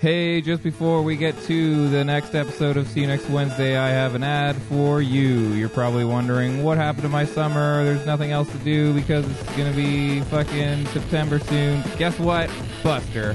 Hey, just before we get to the next episode of See You Next Wednesday, I have an ad for you. You're probably wondering what happened to my summer. There's nothing else to do because it's going to be fucking September soon. Guess what? Buster.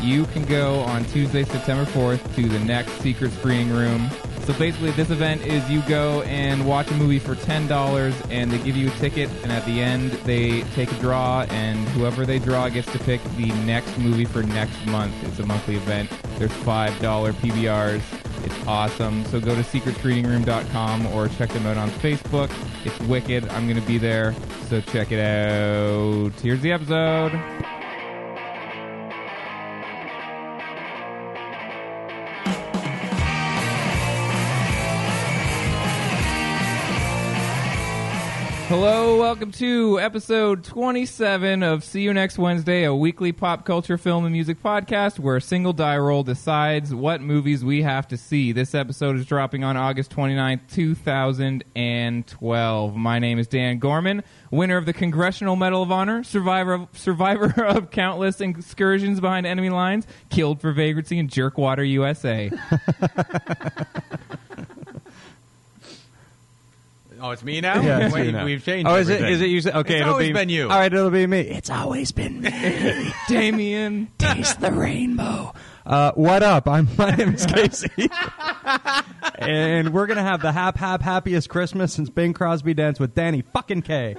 You can go on Tuesday, September 4th to the next secret screening room. So basically, this event is you go and watch a movie for $10 and they give you a ticket, and at the end, they take a draw, and whoever they draw gets to pick the next movie for next month. It's a monthly event. There's $5 PBRs. It's awesome. So go to secretreadingroom.com or check them out on Facebook. It's wicked. I'm going to be there. So check it out. Here's the episode. Hello, welcome to episode 27 of See You Next Wednesday, a weekly pop culture film and music podcast where a single die roll decides what movies we have to see. This episode is dropping on August 29th, 2012. My name is Dan Gorman, winner of the Congressional Medal of Honor, survivor of, survivor of countless excursions behind enemy lines, killed for vagrancy in Jerkwater, USA. Oh, it's me now. Yeah, it's Wait, you now. We've changed. Oh, is everything. it? Is it usually okay? It's it'll always be, been you. All right, it'll be me. It's always been me. Damien. Taste the rainbow. Uh, what up? I'm my name is Casey, and we're gonna have the hap hap happiest Christmas since Bing Crosby danced with Danny fucking K.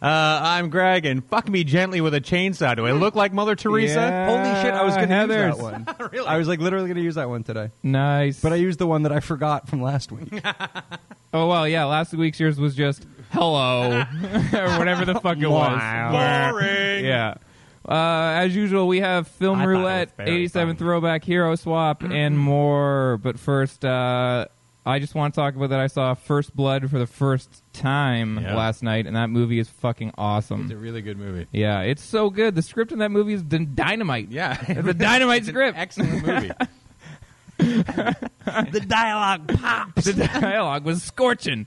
Uh, I'm Greg, and fuck me gently with a chainsaw. Do I look like Mother Teresa? Yeah. Holy shit! I was gonna Heathers. use that one. Uh, really? I was like literally gonna use that one today, Nice. but I used the one that I forgot from last week. Oh well, yeah. Last week's yours was just hello or whatever the fuck it was. Boring. Yeah. Uh, as usual, we have film I thought it was roulette, very 87 funny. throwback, hero swap, and more. But first, uh, I just want to talk about that. I saw First Blood for the first time Yeah. last night, and that movie is fucking It's a awesome. really good movie. Yeah, it's so good. The script in that movie is d- dynamite. Yeah, it's a dynamite It's an script. Excellent movie. the dialogue pops. the dialogue was scorching.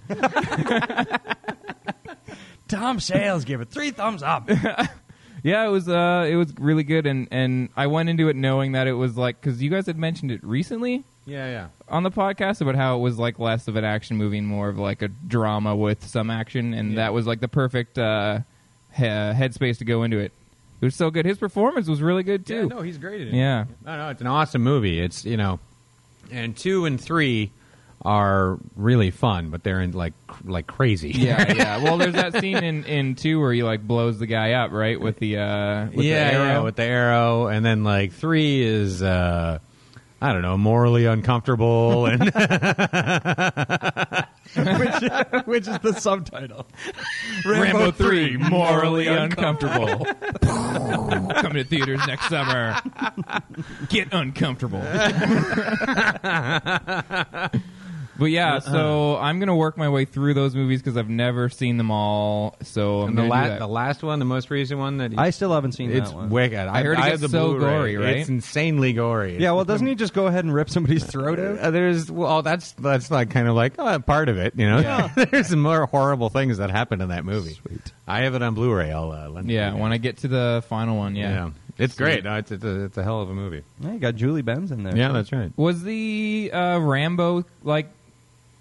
Tom Sales gave it three thumbs up. Yeah, it was uh, it was really good, and and I went into it knowing that it was like because you guys had mentioned it recently yeah, yeah. on the podcast about how it was like less of an action movie, and more of like a drama with some action, and that was like the perfect uh, he- headspace to go into it. It was so good. His performance was really good too. Yeah, no, he's great at it. Yeah. No, no, it's an awesome movie. It's you know, and two and three are really fun, but they're in like cr- like crazy. yeah, yeah. Well, there's that scene in in two where he like blows the guy up, right? With the uh, with yeah, the yeah, arrow. with the arrow, and then like three is uh, I don't know, morally uncomfortable, and which, which is the subtitle. Rambo 3, morally uncomfortable. Coming to theaters next summer. Get uncomfortable. but yeah, Uh-huh. so I'm going to work my way through those movies because I've never seen them all. So I'm the, going to la- do that. the last one, the most recent one that I still haven't seen it's that one. wicked. I, heard it have gets the so Blu-ray. gory, right? It's insanely gory. yeah, well, doesn't he just go ahead and rip somebody's throat out? Uh, there's well, that's that's like kind of like oh, part of it, you know. there's more horrible things that happened in that movie. Sweet. I have it on Blu-ray. I'll uh, lend it yeah, to you. when I get to the final one, yeah. It's great. No, it's, it's, a, it's a hell of a movie. Yeah, you got Julie Benz in there. Yeah, that's right. Was the uh, Rambo, like,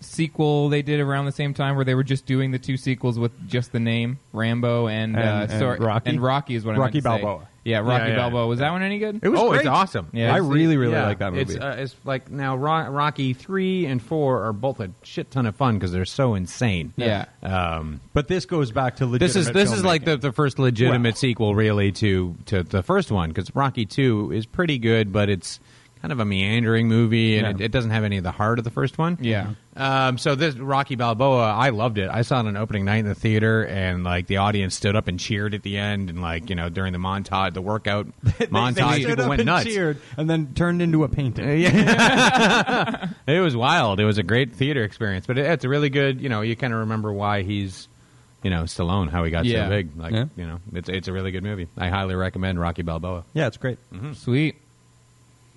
sequel they did around the same time where they were just doing the two sequels with just the name Rambo and, And- uh, and sorry, Rocky? and Rocky is what Rocky I meant to say. Balboa. Yeah, Rocky Yeah, yeah. Balboa. Was that one any good? It was oh, great. it's awesome. Yeah, I it's- really, really Yeah. like that movie. It's, uh, it's like now Ro- Rocky three and four are both a shit ton of fun because they're so insane. Yeah. Um, but this goes back to legitimate this is this is like filmmaking. the, the first legitimate Well. sequel, really, to to the first one because Rocky two is pretty good, but it's kind of a meandering movie and Yeah. it, it doesn't have any of the heart of the first one. Yeah. Um, so this Rocky Balboa, I loved it. I saw it on opening night in the theater, and like the audience stood up and cheered at the end, and like you know during the montage, the workout montage, They stood people up went and nuts. cheered, and then turned into a painting. It was wild. It was a great theater experience, but it, it's a really good. You know, you kind of remember why he's, you know, Stallone, how he got Yeah. so big. Like, Yeah. you know, it's it's a really good movie. I highly recommend Rocky Balboa. Yeah, it's great. Mm-hmm. Sweet.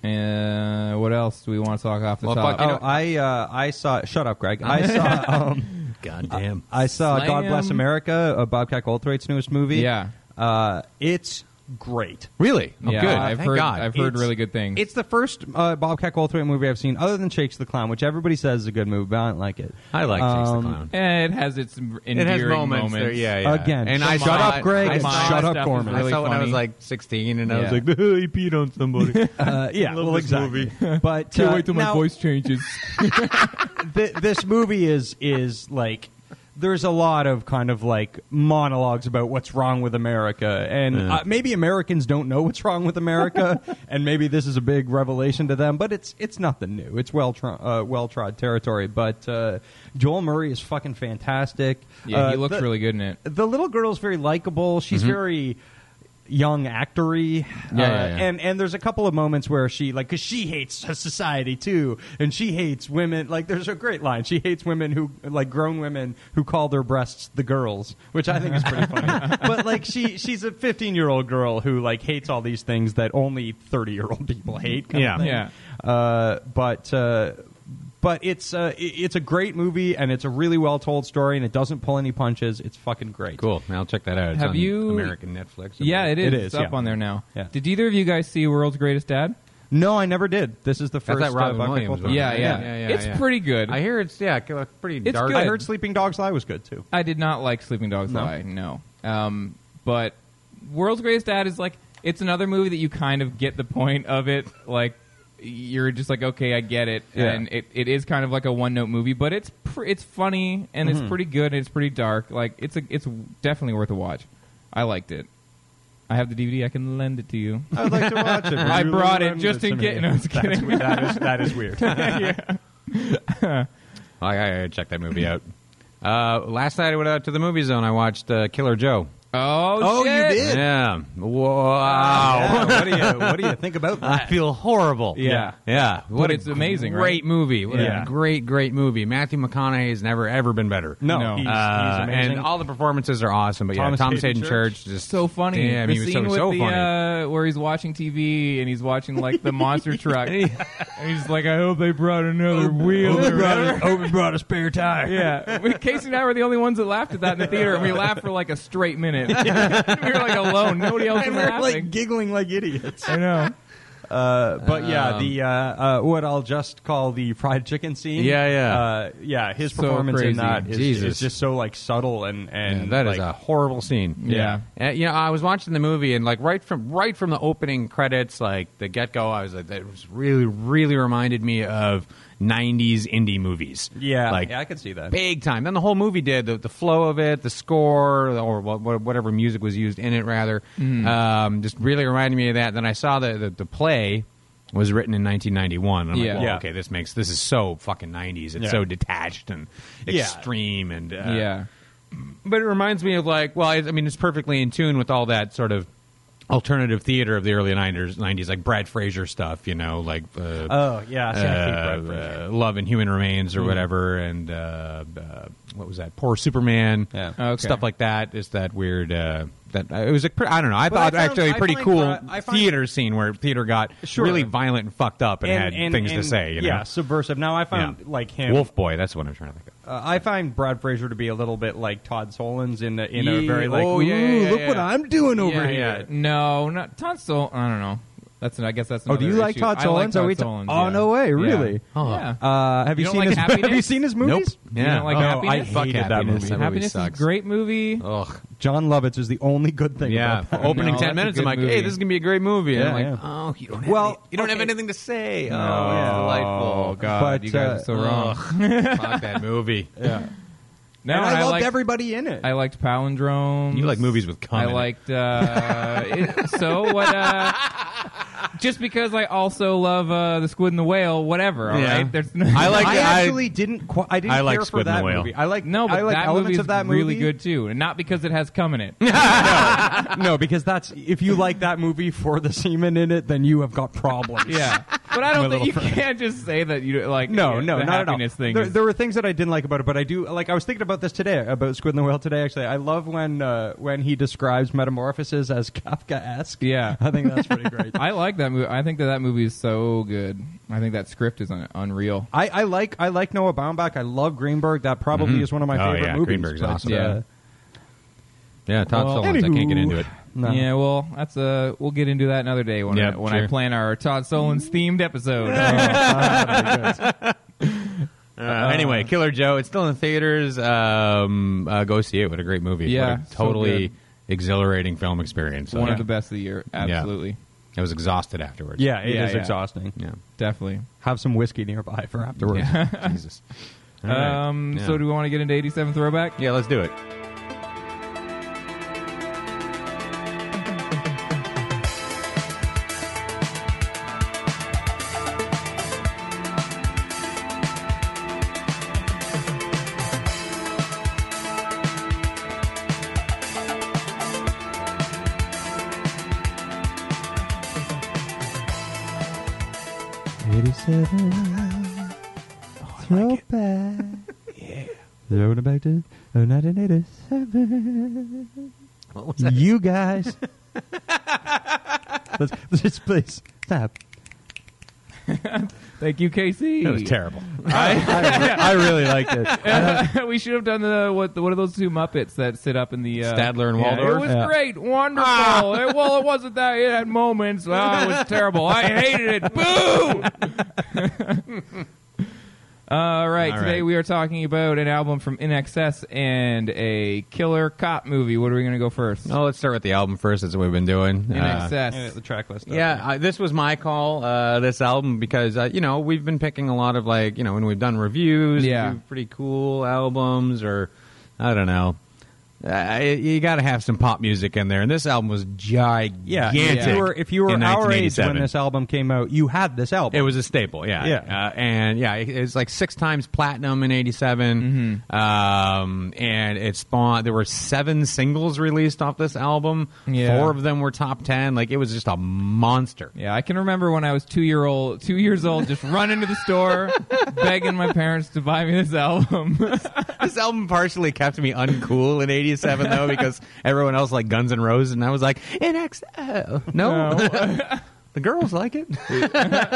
Uh, what else do we want to talk off the Well, top? fuck, you Oh, know- I uh, I saw. Shut up, Greg. I saw. Um, God damn. I saw Slam. God Bless America, uh, Bobcat Goldthwait's newest movie. Yeah. uh, it's great. really? Oh, Yeah, good. I've Thank heard- God. I've heard really good things. It's the first uh, Bobcat Goldthwait movie I've seen, other than Shakes the Clown, which everybody says is a good movie, but I don't like it. I like Chase Um, the Clown. Eh, it has its m- endearing It has moments. There, yeah, yeah. Again, and shut I up, saw it- Greg, I and saw shut that up, stuff. Gorman. I Really saw it when I was funny. like 16, and I was Yeah. like, he peed on somebody. Uh, yeah, Love well, this exactly. But Can't uh, wait till my now- voice changes. th- this movie is is like there's a lot of kind of like monologues about what's wrong with America, and uh, maybe Americans don't know what's wrong with America, and maybe this is a big revelation to them. But it's it's nothing new. It's well tro- uh, well trod territory. But uh, Joel Murray is fucking fantastic. yeah, he Uh, looks the- really good in it. the little girl's very likable. She's very young actory Mm-hmm. Uh, Yeah, yeah, yeah. and and there's a couple of moments where she like because she hates society too and she hates women like there's a great line she hates women who like grown women who call their breasts the girls which i think is pretty funny but like she she's a 15 year old girl who like hates all these things that only 30 year old people hate kind Yeah. of thing. Yeah. Uh, but uh, but it's uh, i- it's a great movie and it's a really well told story and it doesn't pull any punches. It's fucking great. cool. I'll check that out. It's Have on you- American Netflix. Yeah, it is. It It's is, up yeah. on there now. Yeah. Did either of you guys see World's Greatest Dad? No, I never did. This is the first. that Robin uh, Bucket Williams Goldthwait. one. Yeah, Yeah, yeah. yeah, yeah, it's yeah. pretty good. I hear it's, yeah, c- pretty It's dark. good. I heard Sleeping Dogs Lie was good too. I did not like Sleeping Dogs No? Lie. No. Um, but World's Greatest Dad is like it's another movie that you kind of get the point of it. Like you're just like okay, I get it, Yeah. and it, it is kind of like a one note movie, but it's pr- it's funny and it's pretty good and it's pretty dark. Like it's a it's definitely worth a watch. I liked it. I have the DVD. I can lend it to you. I'd like to watch it. I brought it just in case- no, I was That's kidding. we- that is that is weird. I, I, I check that movie out. Uh, last night I went out to the movie zone. I watched uh, Killer Joe. Oh, shit. Yeah. Wow. what do you what do you think about I feel horrible. Yeah. Yeah. What it's amazing, right? Great movie. What Yeah. a great, great movie. Matthew McConaughey has never ever been better. No, No. He's, Uh, he's amazing. and all the performances are awesome. But Thomas yeah, Thomas Hayden Hayden Church, Church. just so funny. Damn, the he was scene so, with so the, funny. Uh, where he's watching TV and he's watching like the monster truck. and he's like, I hope they brought another wheel. or whatever." brought a spare tire. yeah, We- Casey and I were the only ones that laughed at that in the theater, and we laughed for like a straight minute. we were like alone; nobody else was and we're like laughing. giggling like idiots. I know. Uh, but Um, yeah, the uh, uh, what I'll just call the fried chicken scene. Yeah, yeah. uh, yeah. His So performance in crazy. that is, Jesus. is just so like subtle and and And that is like, a horrible scene. Yeah. Uh, you know, I was watching the movie and like right from right from the opening credits, like the get go, I was like, that was really really reminded me of '90s indie movies. yeah. like yeah, I could see that. big time. Then the whole movie did the, the flow of it, the score, or wha- wha- whatever music was used in it, rather, Mm. um, just really reminded me of that. Then I saw the the, the play was written in 1991. I'm Yeah. like, well, Yeah. okay, this makes this is so fucking 90s. It's Yeah. so detached and Yeah. extreme, and uh, yeah, but it reminds me of like, well, I, I mean, it's perfectly in tune with all that sort of alternative theater of the early 90s, 90s like Brad Fraser stuff, you know, like uh, Oh yeah, see, I hate Brad uh, Fraser. uh, Love and Human Remains or Mm-hmm. whatever, and uh, uh, what was that? Poor Superman, Yeah. Okay. stuff like that. Is that weird? Uh, that uh, it was a pre- I don't know. I But I thought found- actually a I pretty find cool Brad- I find- theater scene where theater got Sure. really violent and fucked up and, had things and- to say. You know? yeah, subversive. Now I found Yeah. like him. Wolf Boy. That's what I'm trying to think of. Uh, I find Brad Fraser to be a little bit like Todd Solondz in a, in a Ye- very like. oh, yeah, "Ooh, yeah, look yeah, what yeah." I'm doing over Yeah, here. yeah. no, not tonsil. I don't know. That's an, I guess that's. Oh, do you another like issue. Todd I like Solondz? Are Todd we ta- Solondz, Oh, yeah. no way, Yeah. Oh. really? Yeah. Uh, have you, You don't seen like his? Happiness? Have you seen his movies? Nope. Yeah. You don't like Oh, Happiness? I hated Fuck that Happiness. movie. That That movie Happiness is a sucks. great movie. Ugh. John Lovitz is the only good thing. Yeah. about that. Opening No, that's a ten minutes, good I'm like, movie. hey, this is gonna be a great movie. And Yeah, I'm like, yeah. oh, you don't. Well, have any, you don't have okay. anything to say. Oh, No. it's Oh delightful. God, But, you guys uh, are so wrong. Ugh. Fuck that movie. Yeah. No, and I, loved liked, everybody in it. I liked palindromes. You like movies with cum I in it. liked. Uh, it- so what? Uh, just because I also love uh, the squid and the whale, whatever. All right, Yeah. There's no, I like- I I- actually didn't. Qu- I didn't I care like for Squid and that the Whale. movie. I like no, but I like that elements movie of that movie. really good too, and not because it has cum in it. no, because that's if you like that movie for the semen in it, then you have got problems. yeah, but I don't My think you little friend. can't just say that you like. No, yeah, no, the not at all. happiness thing. There, is- there were things that I didn't like about it, but I do like. I was thinking about this today about Squid and the Whale today. Actually, I love when uh, when he describes metamorphoses as Kafka-esque. Yeah. I think that's pretty great. I like that movie. I think that that movie is so good. I think that script is un- unreal. I, I like I like Noah Baumbach. I love Greenberg. That probably is one of my Oh, favorite yeah, movies. Greenberg's but, awesome. uh, Yeah. Yeah, Todd Well, Solondz. I can't get into it. No. Yeah, well, that's uh, we'll get into that another day when Yep, I, when I sure. Oh, plan our Todd Solondz themed episode. Uh, anyway, Killer Joe. It's still in theaters. Um, uh, go see it. What a great movie. Yeah, What a so totally good. exhilarating film experience. So, One yeah. of the best of the year, absolutely, I was exhausted afterwards. Yeah, it is Yeah, yeah. exhausting. Yeah. definitely. Have some whiskey nearby for afterwards. Yeah. Jesus. All right. Um, Yeah. So, do we want to get into '87 throwback? yeah, let's do it. Throwing it back to 1987. You guys. let's, let's please stop. Thank you, Casey. That was terrible. I, I really liked it. we should have done the what? The, what are those two Muppets that sit up in the uh, Statler and Yeah, Waldorf? Ah. it was Yeah. great, wonderful. It- well, it wasn't that. It had moments. Ah, it was terrible. I hated it. Boo! All right, All today right. we are talking about an album from NXS and a killer cop movie. What are we going to go first? Oh, let's start with the album first. That's what we've been doing. In Uh, Yeah, the excess. track list. Yeah, I, this was my call. Uh, this album because uh, you know we've been picking a lot of like you know when we've done reviews, Yeah. we do pretty cool albums or I don't know. Uh, you got to have some pop music in there, and this album was gigantic. Yeah, if you were, if you were in our age 1987. when this album came out, you had this album. It was a staple, yeah, Yeah. uh, and yeah, it, it was like six times platinum in '87, Mm-hmm. um, and it spawned. There were seven singles released off this album. Yeah. Four of them were top ten. Like it was just a monster. Yeah, I can remember when I was two year old, two years old, just running to the store, begging my parents to buy me this album. This album partially kept me uncool in '87 though, because everyone else like Guns N' Roses, and I was like, NXO. No, the girls like it.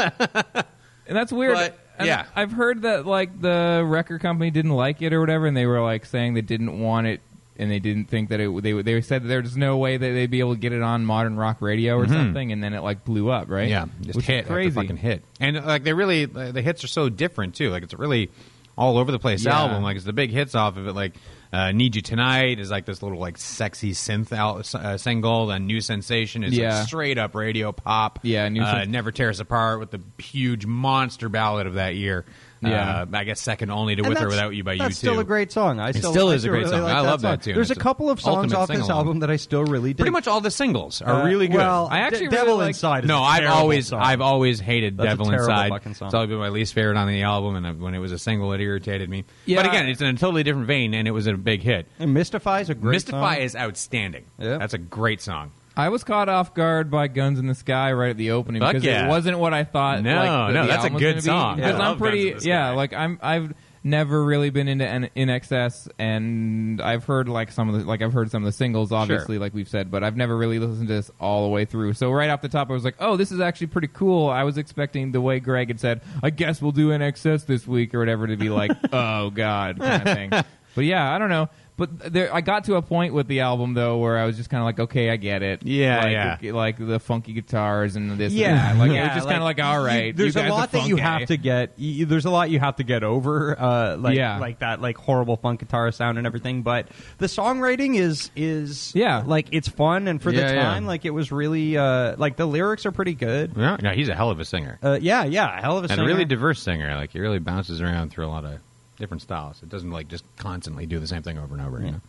And that's weird. But, And yeah. I've heard that like the record company didn't like it or whatever, and they were like saying they didn't want it, and they didn't think that it. They they said that there's no way that they'd be able to get it on modern rock radio or something, and then it like blew up, right? Mm-hmm. Yeah, just Which is hit crazy. after fucking hit. And like they really, the hits are so different too. Like it's a really all over the place Yeah. album. Like it's the big hits off of it. Like uh, "Need You Tonight" is like this little like sexy synth out, uh, single. Then "New Sensation" is like, Yeah. straight up radio pop. Yeah, New uh, Sens- "Never Tear Us Apart" with the huge monster ballad of that year. Yeah. uh, I guess second only to And "With or that's- Without You" by that's U2. still a great song. I It still, still I is a still great really song. like I love song. that tune. There's It's a couple of the songs ultimate off this sing-along. album that I still really dig. Pretty much all the singles Uh, are really good. well, I actually De- really Devil like- Inside is No, a I've terrible always song. I've always hated That's a Devil terrible Inside. fucking song. It's always been my least favorite on the album, and I, when it was a single, it irritated me. Yeah. But again, it's in a totally different vein, and it was a big hit. And Mystify is a great Mystify song. is outstanding. Yeah. That's a great song. I was caught off guard by Guns in the Sky right at the opening Fuck because yeah. it wasn't what I thought. No, like, the- no, the that's a album was good gonna be. song. Because I I'm love Guns pretty, in the Sky. yeah. Like I'm, I've never really been into N- in excess, and I've heard like some of the, like I've heard some of the singles, obviously, like we've said, but I've never really listened to this all the way through. So right off the top, I was like, oh, this is actually pretty cool. I was expecting the way Greg had said, I guess we'll do in excess this week or whatever to be like, oh god, kind of thing. But yeah, I don't know. But there, I got to a point with the album though where I was just kind of like, okay, I get it. Yeah, like, yeah. The, like the funky guitars and this. Yeah, and that. like it yeah, was just kind of like, all right. you there's guys a are lot that you funky. have to get. You, there's a lot you have to get over, uh, like Yeah. like that, like horrible funk guitar sound and everything. But the songwriting is is Yeah. like it's fun and for Yeah, the yeah. time, like it was really uh, like the lyrics are pretty good. No, no, he's a hell of a singer. Uh, yeah, yeah, hell of a and singer. a really diverse singer. Like he really bounces around through a lot of different styles. It doesn't like just constantly do the same thing over and over. You know?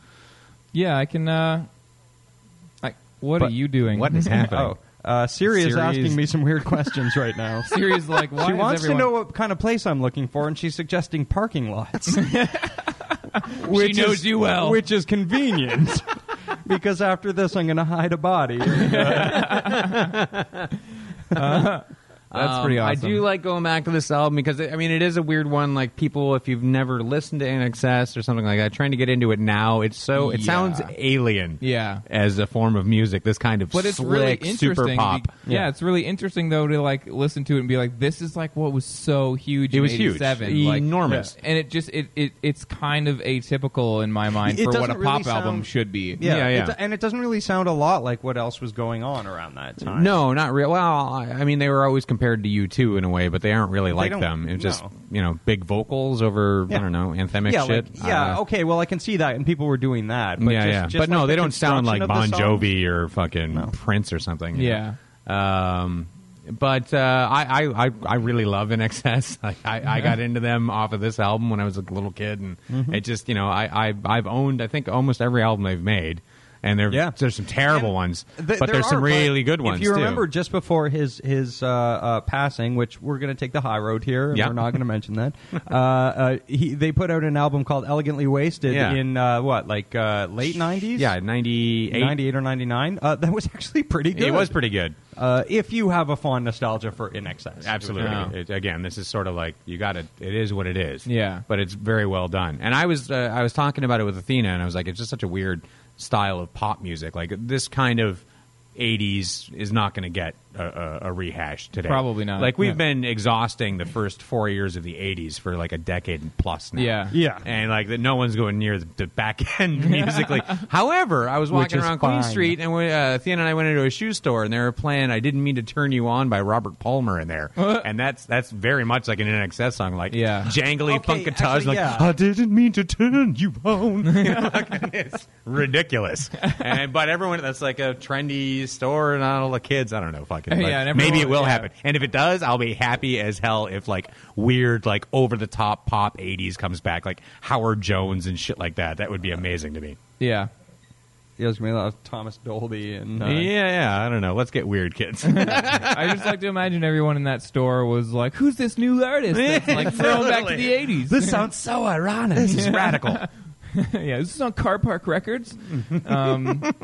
Yeah, I can. uh I, What are But you doing? What is happening? oh, uh, Siri is Siri is- asking me some weird questions right now. Siri's like, why she is wants everyone- to know what kind of place I'm looking for, and she's suggesting parking lots. which knows is- you well. which is convenient. because after this, I'm going to hide a body. Uh, That's Um, pretty awesome. I do like going back to this album because I mean it is a weird one. Like people, if you've never listened to In Excess or something like that, trying to get into it now, it's so it Yeah. sounds alien. Yeah. as a form of music, this kind of but it's slick, really interesting. super pop. be- yeah. it's really interesting though to like listen to it and be like, this is like what was so huge. It in was huge. 87. like, Enormous. and it just it, it it's kind of atypical in my mind It for what a doesn't pop really sound- album should be. Yeah, yeah. It- and it doesn't really sound a lot like what else was going on around that time. No, not real. Well, I I mean, they were always compared to you two in a way, but they aren't really like don't- them. It's just no. you know big vocals over I Yeah. don't know anthemic Yeah, shit. like, yeah. Uh, okay. Well, I can see that, and people were doing that. But yeah, just, yeah. just but no, like they the don't sound like Bon construction of the songs. Jovi or fucking Prince or something. you Yeah. know? Um, but uh, I, I, I- I really love In Excess. Like, I, I got into them off of this album when I was a little kid, and Mm-hmm. it just you know I, I I've owned I think almost every album they've made, and there Yeah. there's some terrible And ones, Th- but there there's some are, but really good ones. If you too. remember, just before his his uh, uh, passing, which we're going to take the high road here, and Yeah. we're not going to mention that. uh, uh, he, they put out an album called "Elegantly Wasted" Yeah. in uh, what, like uh, late nineties? yeah, ninety eight. ninety eight or ninety nine. Uh, that was actually pretty good. It was pretty good. Uh, if you have a fond nostalgia for In Excess, Absolutely. Yeah. It, again, this is sort of like you got to. It is what it is. Yeah. But it's very well done. And I was uh, I was talking about it with Athena, and I was like, it's just such a weird style of pop music. Like this kind of. 80s is not going to get a, a, a rehash today. Probably not. Like we've Yeah. been exhausting the first four years of the 80s for like a decade and plus now. Yeah. Yeah. And like that, no one's going near the, the back end musically. However, I was walking is around Queen fine. Street and we, uh, Athena and I went into a shoe store, and they were playing "I Didn't Mean to Turn You On" by Robert Palmer in there, and that's that's very much like an NXS song, like Yeah. jangly Okay, funkatage, actually, like yeah. "I didn't mean to turn you on." You know, like, it's ridiculous, and but everyone that's like a trendy store, and all the kids, I don't know, fucking, but Yeah, and maybe it everyone- will yeah. happen, and if it does, I'll be happy as hell if like weird, like over the top pop '80s comes back, like Howard Jones and shit like that. That would be amazing to me. yeah. Yeah, it was going to be a lot of Thomas Dolby and uh, yeah, yeah, I don't know. Let's get weird, kids. I just like to imagine everyone in that store was like, "Who's this new artist?" That's like thrown back to the '80s. sounds so ironic. This is radical. yeah, this is on Car Park Records. Um,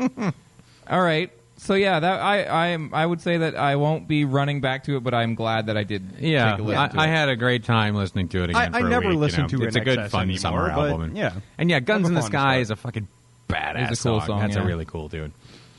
all right. So yeah, that I I am- I would say that I won't be running back to it, but I'm glad that I did. Yeah, take a listen to I, I it. had a great time listening to it again. I for a never week, you listen know. to It's In a good Excess fun anymore, summer but album. And, yeah. and yeah, Guns in I'm a the fond Sky of is a fucking badass It's a cool song, That's yeah. a really cool dude.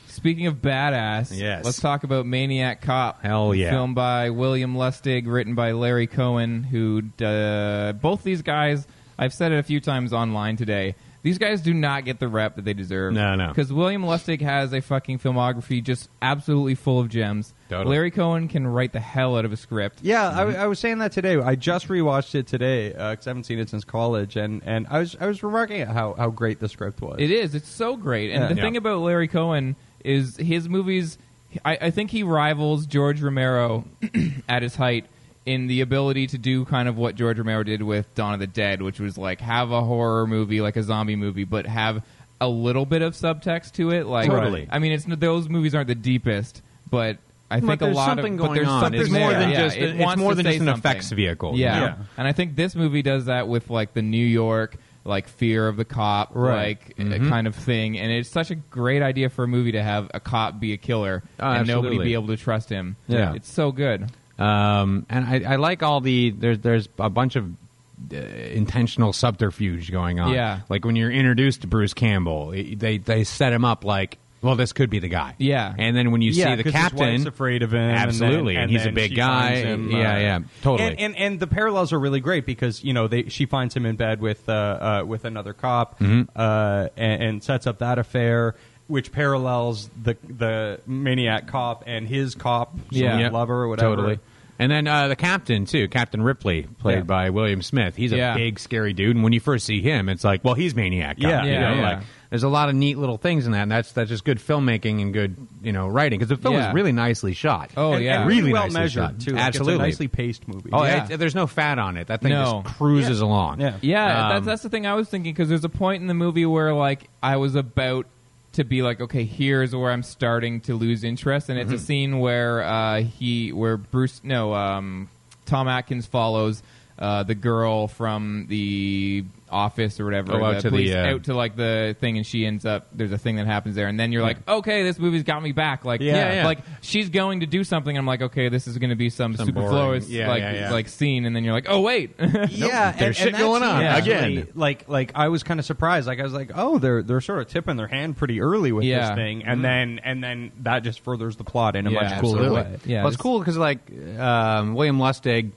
Speaking of badass, Yes. let's talk about Maniac Cop. Hell yeah. Film by William Lustig, written by Larry Cohen, who uh, both these guys, I've said it a few times online today. These guys do not get the rep that they deserve. No, no. Because William Lustig has a fucking filmography just absolutely full of gems. Totally. Larry Cohen can write the hell out of a script. Yeah, I, Mm-hmm. I was saying that today. I just rewatched it today because I haven't seen it since college, and, and I was I was remarking at how, how great the script was. It is. It's so great. And Yeah. the Yeah. thing about Larry Cohen is his movies. I, I think he rivals George Romero at his height in the ability to do kind of what George Romero did with Dawn of the Dead, which was like have a horror movie, like a zombie movie, but have a little bit of subtext to it. Like, Totally. I mean, it's those movies aren't the deepest, but. I But think a there's lot something of but going there's on, something isn't there? there. than Yeah, just- it it's wants more to than say just an something. effects vehicle, you Yeah. know? and I think this movie does that with like the New York, like fear of the cop, Right. like Mm-hmm. uh, kind of thing. And it's such a great idea for a movie to have a cop be a killer Oh, and nobody absolutely. be able to trust him. Yeah. it's so good. Um, and I, I like all the there's there's a bunch of uh, intentional subterfuge going on. Yeah. like when you're introduced to Bruce Campbell, it- they they set him up like well, this could be the guy. Yeah. And then when you yeah, see the 'cause his wife's captain, afraid of him. and then- Absolutely, and he's a then big she guy. finds him, Yeah, uh, yeah, totally. And, and and the parallels are really great because you know they, she finds him in bed with uh, uh, with another cop Mm-hmm. uh, and, and sets up that affair. Which parallels the the maniac cop and his cop, Yeah. yeah, lover or whatever. Totally. And then uh, the captain too, Captain Ripley, played Yeah. by William Smith. He's a Yeah. big, scary dude. And when you first see him, it's like, well, he's maniac. Cop, Yeah. you Yeah, know, yeah. Like, there's a lot of neat little things in that. And that's that's just good filmmaking and good, you know, writing because the film Yeah. is really nicely shot. Oh, and, yeah. and really, Really well nicely measured shot. too. Like, it's a Absolutely. nicely paced movie. Oh, Yeah. it- there's no fat on it. That thing No. just cruises along. Yeah. Yeah, Um, that's that's the thing I was thinking because there's a point in the movie where like I was about to be like, okay, here's where I'm starting to lose interest, and it's Mm-hmm. a scene where uh, he, where Bruce, no, um, Tom Atkins follows uh, the girl from the office or whatever Oh, out to the, police, uh, out to like the thing, and she ends up. There's a thing that happens there, and then you're like, okay, this movie's got me back. Like, Yeah. Yeah, yeah. like she's going to do something. And I'm like, okay, this is going to be some, Some superfluous boring- yeah, like yeah, yeah. like scene, and then you're like, oh wait, yeah, there's shit going on. Yeah. Again. Like, like I was kind of surprised. Like, I was like, oh, they're they're sort of tipping their hand pretty early with Yeah. this thing, Mm-hmm. and then and then that just furthers the plot in a Yeah, much cooler absolutely. way. Yeah, well, it's this- cool because like um, William Lustig,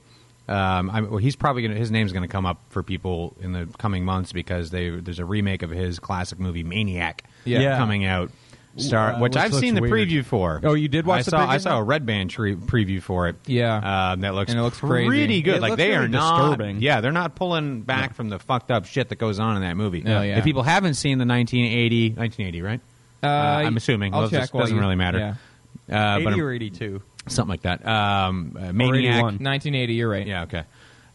um, I, well, he's probably gonna his name's gonna come up for people in the coming months because they there's a remake of his classic movie Maniac Yeah. Yeah. coming out. Star, Uh, which, which I've seen the looks weird. preview for. Oh, you did watch I the saw, I preview? saw a Red Band tre- preview for it. Yeah. um, that looks And it looks pretty crazy. good. It like looks they really are not. disturbing. Yeah, they're not pulling back from the fucked up shit that goes on in that movie. Oh, yeah. If people haven't seen the 1980, 1980, right? Uh, I'm assuming. I'll Well, it just check while doesn't you- really matter. yeah. Uh, but Eighty I'm- or eighty two. something like that. Um, uh, Maniac. 81. 1980. You're right. Yeah, okay.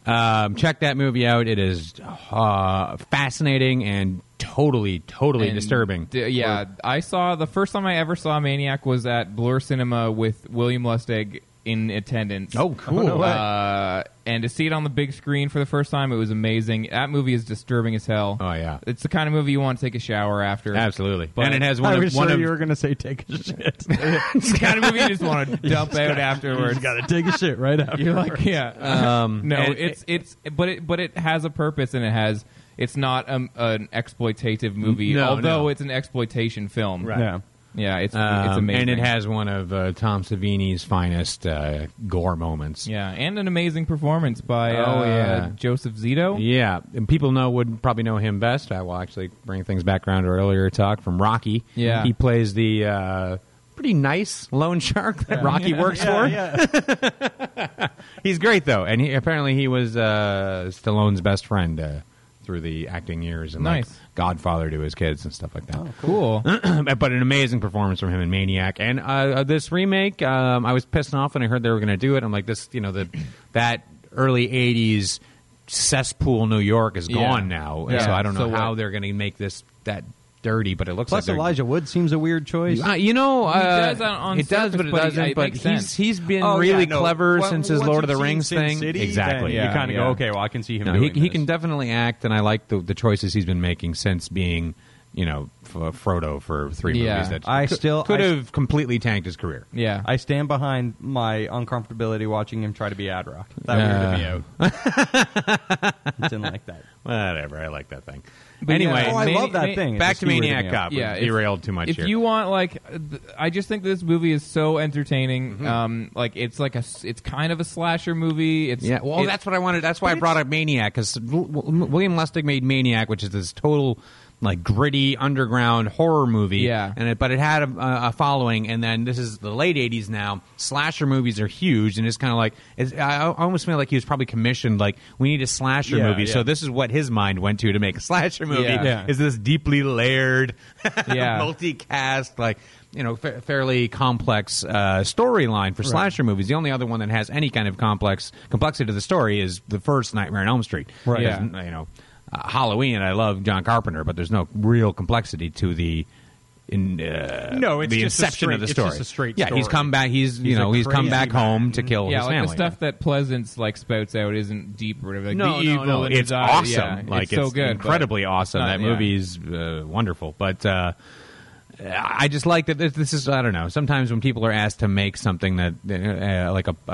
Um, check that movie out. It is uh, fascinating and totally, totally And disturbing. d- yeah, I saw the first time I ever saw Maniac was at Blur Cinema with William Lustig in attendance. Oh, cool. Oh, no way. uh, and to see it on the big screen for the first time, it was amazing. That movie is disturbing as hell. Oh, yeah. it's the kind of movie you want to take a shower after. Absolutely. But- and it has one I of was one sure of you were going to say take a shit. it's the kind of movie you just want to dump out afterwards. got to take a shit right after. You're like, yeah. no, Um, and- it's it's, but it but it has a purpose and it has. It's not um, an exploitative movie, No, although no. it's an exploitation film. Right. yeah. Yeah, it's um, it's amazing, and it has one of uh, Tom Savini's finest uh, gore moments. yeah, and an amazing performance by Oh, uh, yeah. Joseph Zito. Yeah, and people know would probably know him best. I will actually bring things back around to our earlier talk from Rocky. Yeah. he plays the uh, pretty nice loan shark that Rocky works for. He's great though, and he, apparently he was uh, Stallone's best friend uh, through the acting years and Nice. Oh. like godfather to his kids and stuff like that. Cool. but an amazing performance from him in Maniac, and uh, uh, this remake. Um, I was pissed off when I heard they were going to do it. I'm like, this, you know, the that early '80s cesspool New York is Yeah. gone now, and Yeah. so I don't know So how what? they're going to make this that dirty. But it looks Plus, like they're- Elijah Wood seems a weird choice. Uh, you know, He uh, does on- on it does, surface, but it but he- doesn't. it but makes he's sense. he's been Oh, yeah, really no. clever Well, since his once Lord of the you've seen Rings Sin thing. City, exactly. then Yeah, you kind of yeah. go, okay, well, I can see him. No, he, doing he this. can definitely act, and I like the, the choices he's been making since being, you know, F- uh, Frodo for three Yeah. movies. That I could, still- could I- have completely tanked his career. yeah, I stand behind my uncomfortabiliity watching him try to be Adrock. That weirded me out. I didn't like that. Whatever, I like that thing. But anyway, yeah, Oh, I Mani- love that Ma- thing. It back just to weirded me Maniac out. Cop. yeah. We've if- derailed too much If here. you want, like, th- I just think this movie is so entertaining. Mm-hmm. Um, like it's like a s- it's kind of a slasher movie. It's yeah, well, oh, it- that's what I wanted. That's why I brought up Maniac because William Lustig made Maniac, which is this total like gritty underground horror movie. Yeah. and it, but it had a, a following, and then this is the late '80s now. Slasher movies are huge, and it's kind of like it's, I I almost feel like he was probably commissioned. Like we need a slasher Yeah, movie, yeah. so this is what his mind went to to make a slasher movie. Yeah. Yeah. Is this deeply layered, Yeah. multicast, like you know, fa- fairly complex uh, storyline for slasher movies. The only other one that has any kind of complex complexity to the story is the first Nightmare on Elm Street. Right. Because, Yeah. You know, uh, Halloween. and I love John Carpenter, but there's no real complexity to the. In, uh, No, it's the just a inception of straight- the it's story. just a straight yeah, he's story. come back. He's, you He's a know he's come crazy back man. home to kill yeah, his like family. the stuff that Pleasance like spouts out isn't deep or whatever. Like, no, the no, evil no. in his It's eyes. awesome. Yeah, like it's, so good, but- incredibly awesome. not- that yeah. movie's uh, wonderful, but uh, I just like that. This, this is I don't know. Sometimes when people are asked to make something that uh, like a, uh,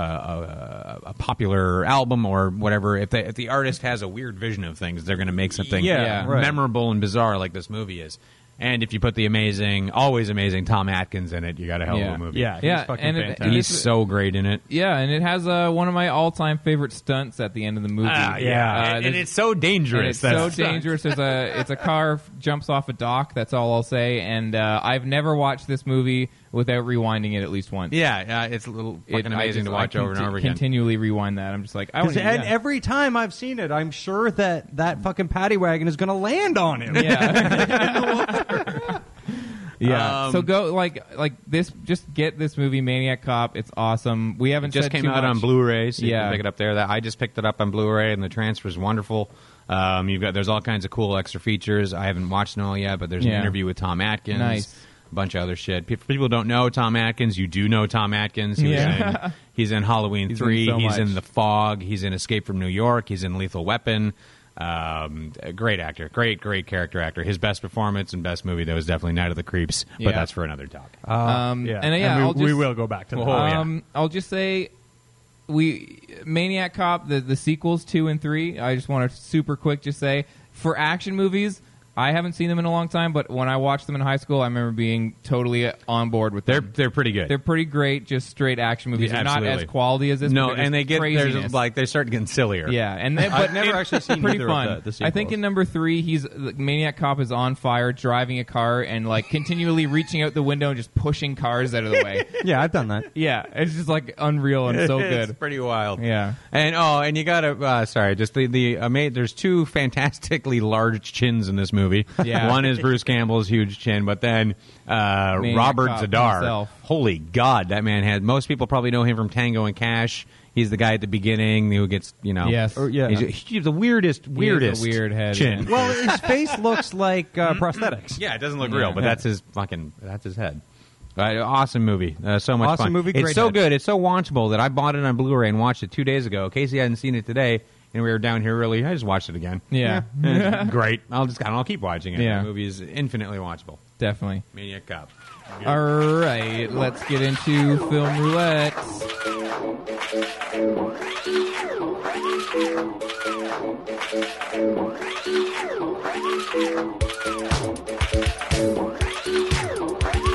a a popular album or whatever, if, they, if the artist has a weird vision of things, they're going to make something Yeah, uh, right. memorable and bizarre like this movie is. And if you put the amazing, always amazing Tom Atkins in it, you got a hell Yeah. of a movie. Yeah, he's Yeah, fucking and it- fantastic. he's so great in it. Yeah, and it has uh, one of my all-time favorite stunts at the end of the movie. Ah, Uh, and, there's- and it's so dangerous. and it's that so sucks. dangerous. There's a it's a car f- jumps off a dock. That's all I'll say. And uh, I've never watched this movie without rewinding it at least once. Yeah, uh, it's a little It- fucking I amazing just- to I watch over and conti- over again. Continually rewind that. I'm just like, I want to. 'Cause- and every time I've seen it, I'm sure that that fucking paddy wagon is going to land on him. yeah. yeah. Um, so go like like this. Just get this movie, Maniac Cop. It's awesome. We haven't It just said came too out on much. Blu-ray, so you Yeah. can pick it up there. That I just picked it up on Blu-ray, and the transfer is wonderful. Um, you've got there's all kinds of cool extra features. I haven't watched it all yet, but there's Yeah. an interview with Tom Atkins, Nice. a bunch of other shit. Pe- For people who don't know Tom Atkins, you do know Tom Atkins. He was Yeah. in, he's in Halloween He's in three. so he's much. in The Fog. He's in Escape from New York. He's in Lethal Weapon. Um, a great actor, great great character actor. His best performance and best movie though is definitely Night of the Creeps, Yeah. but that's for another topic. Um, and, uh, yeah, we, I'll we just- will go back to that. Oh, yeah. um, I'll just say, we Maniac Cop the the sequels two and three. I just want to super quick just say for action movies. I haven't seen them in a long time, but when I watched them in high school, I remember being totally on board with they're them. they're pretty good. They're pretty great, just straight action movies. Yeah, they're not as absolutely. quality as this. no, but they're and they just get there's craziness. like they start getting sillier. Yeah, and they, but I've never it- actually seen pretty either of fun. the- the I think sequels. in number three, he's the maniac cop is on fire, driving a car, and like continually reaching out the window and just pushing cars out of the way. yeah, I've done that. yeah, it's just like unreal and so It's good. pretty wild. Yeah. And oh, and you gotta uh, sorry, just the the uh, mate, there's two fantastically large chins in this movie. Yeah. One is Bruce Campbell's huge chin, but then uh, Maniac Robert Cop Zadar. himself. Holy God, that man had most people probably know him from Tango and Cash. He's the guy at the beginning who gets you know Yes. Or- yeah. he's, he's the weirdest weirdest a weird head, Mm-hmm. chin. yeah. Well, his face looks like uh, prosthetics. Yeah, it doesn't look Yeah. real, but that's his fucking that's his head. Right, awesome movie. Uh, so much Awesome fun. movie, It's great so head. good. It's so watchable that I bought it on Blu-ray and watched it two days ago. Casey hadn't seen it today, and we were down here early. I just watched it again. Yeah. Yeah. It's great. I'll just I'll keep watching it. Yeah. The movie is infinitely watchable. Definitely. Maniac Cop. All right, let's get into film roulette.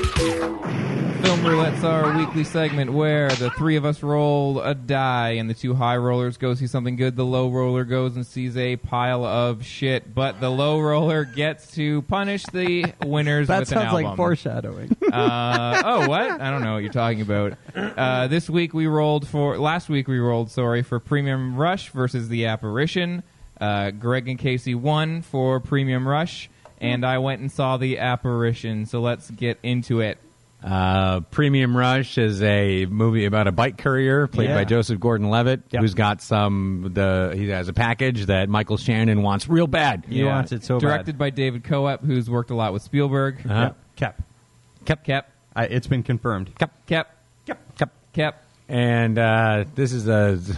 Film roulette's our weekly segment where the three of us roll a die, and the two high rollers go see something good. The low roller goes and sees a pile of shit, but the low roller gets to punish the winners That with an sounds album. like foreshadowing. Uh-huh. Uh, oh, what? I don't know what you're talking about. Uh, this week we rolled for last week we rolled sorry for Premium Rush versus The Apparition. Uh, Greg and Casey won for Premium Rush, and I went and saw The Apparition. So let's get into it. Uh, Premium Rush is a movie about a bike courier played Yeah. by Joseph Gordon-Levitt, Yeah. who's got some the he has a package that Michael Shannon wants real bad. He wants it so bad. Directed by David Coep, who's worked a lot with Spielberg. Uh-huh. Cap. Kep, Kep, I, it's been confirmed. Cup, Kep, cup, cup. Kep. And uh, this is a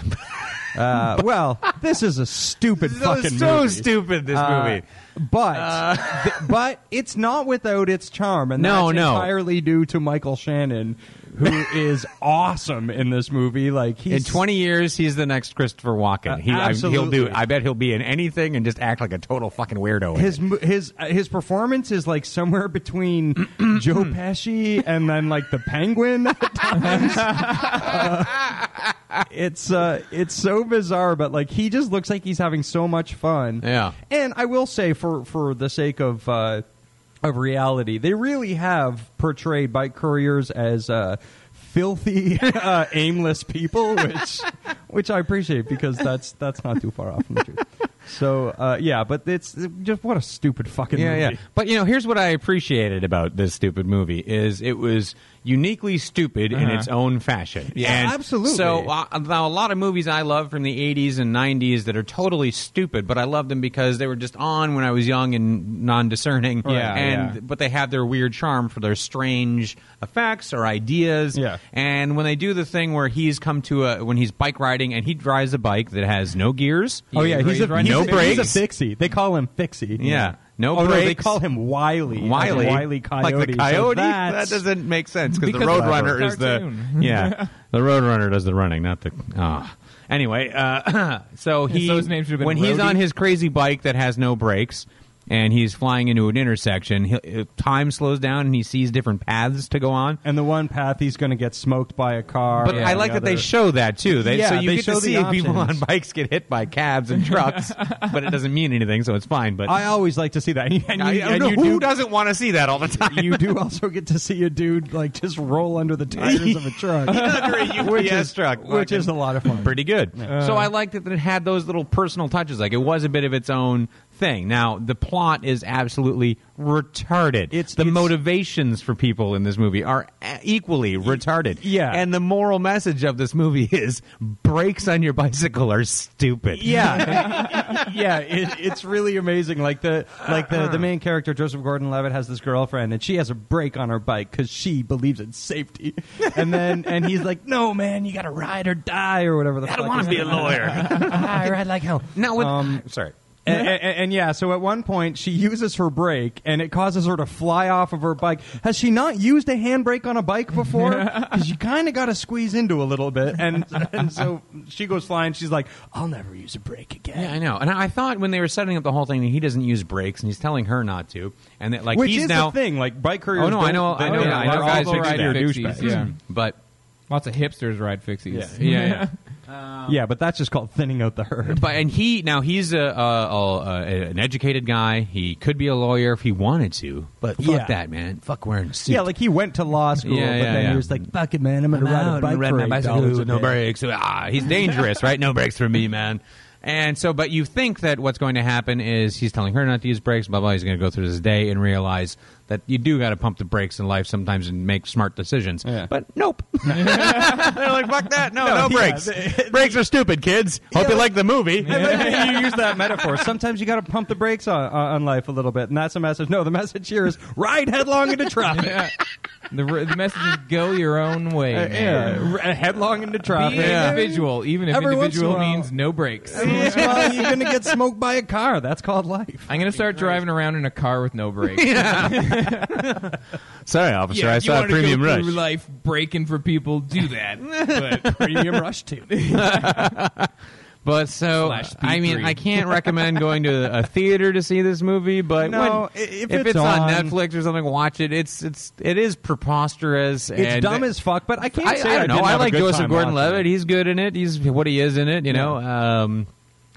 Uh, well, this is a stupid fucking movie. stupid. This Uh, Uh, But th- but it's not without its charm, and No, that's no. entirely due to Michael Shannon, who is awesome in this movie. Like In he's 20 years, he's the next Christopher Walken. Uh, he, I, he'll do. absolutely. I bet he'll be in anything and just act like a total fucking weirdo. in his it. mo- his uh, his performance is like somewhere between Joe Pesci and then like the Penguin. At times. Uh, it's uh, it's so bizarre, but like he just looks like he's having so much fun. Yeah. and I will say for for the sake of. Uh, of reality, they really have portrayed bike couriers as uh, filthy, uh, aimless people, which which I appreciate because that's that's not too far off from the truth. So uh, yeah, but it's just what a stupid fucking yeah, movie. yeah. But you know, here's what I appreciated about this stupid movie is it was uniquely stupid in its own fashion. Uh-huh. Yeah, And absolutely. So uh, now a lot of movies I love from the 80s and 90s that are totally stupid, but I love them because they were just on when I was young and non-discerning. Yeah, and yeah. but they have their weird charm for their strange effects or ideas. Yeah. And when they do the thing where he's come to a when he's bike riding and he drives a bike that has no gears. Oh yeah, he's a, Right, he's, no a, he's a brakes. fixie. They call him fixie. Yeah. No oh, No, they brakes. call him Wiley. Wiley, like Wiley Coyote. like the So coyote. that's- that doesn't make sense because the Because road of runner the is the cartoon. yeah, the road runner does the running, not the. ah. Anyway, uh, so he So his name should have been when he's Roadie? on his crazy bike that has no brakes. and he's flying into an intersection. He'll, uh, time slows down, and he sees different paths to go on. and the one path he's going to get smoked by a car. But and I the like that they other- show that too. They, Yeah, so you they get show to the see people on options. bikes get hit by cabs and trucks, but it doesn't mean anything, so it's fine. But I always like to see that. And you, and I- you- I don't and know you who do, doesn't want to see that all the time? you do also get to see a dude like just roll under the tires of a truck, under a UPS which is truck, which is a lot of fun. pretty good. so I liked it that it had those little personal touches. Like it was a bit of its own thing. Now the plot is absolutely retarded. It's- the it's- motivations for people in this movie are a- equally retarded. yeah. and the moral message of this movie is brakes on your bicycle are stupid. Yeah, yeah, it, it's really amazing. Like the like the, the main character Joseph Gordon-Levitt has this girlfriend, and she has a brake on her bike because she believes in safety. And then and he's like, "No, man, you got to ride or die or whatever." The I don't wanna be a lawyer. I ride like hell. Um, Now with sorry. And, and, and yeah, so at one point she uses her brake, and it causes her to fly off of her bike. Has she not used a handbrake on a bike before? Because you kind of got to squeeze into a little bit, and and so she goes flying. She's like, "I'll never use a brake again." Yeah, I know. And I I thought when they were setting up the whole thing that he doesn't use brakes and he's telling her not to, and that like Which he's is now the thing, like bike couriers. Oh no, I don't- know, they I know, don't I know allow guys people Volvo fix to ride their do fixie. douchebags. Yeah. But Lots of hipsters ride fixies. Mm-hmm. yeah, yeah. that. Yeah, but that's just called thinning out the herd. But and he now he's a, a, a, a an educated guy. He could be a lawyer if he wanted to. But fuck Yeah. that, man. Fuck wearing a suit. Yeah, like he went to law school, Yeah, but yeah, then yeah. he was like, "Fuck it, man, I'm gonna ride a bike for my eight dollars a no day." brakes. Ah, he's dangerous, right? No brakes for me, man. And so, but you think that what's going to happen is he's telling her not to use brakes, blah blah. He's going to go through this day and realize that you do got to pump the brakes in life sometimes and make smart decisions. Yeah. But nope, they're like fuck that. No, no, yeah, brakes. they- brakes are stupid, kids. Hope you like the movie. I like that you use that metaphor. Sometimes you got to pump the brakes on, on on life a little bit, and that's a message. No, the message here is ride headlong into traffic. Yeah. The, re- the message is go your own way. Uh, man. yeah, r- headlong into Be traffic. individual, even if Every once in a individual while. means no breaks. Once in a while, you're gonna get smoked by a car. That's called life. I'm gonna start driving around in a car with no brakes. Sorry, officer. I if you saw a wanna go premium through rush. life breaking for people. Do that. But Premium rush too. But so, Slash I mean, P3. I can't recommend going to a theater to see this movie. But No, when- i- if it's, it's on, on- Netflix or something, watch it. It's it's it is preposterous. It's and dumb as fuck, but I can't I, say I don't know. didn't I have a like good Joseph time Gordon-Levitt. watching it. He's good in it. He's what he is in it. You know, um,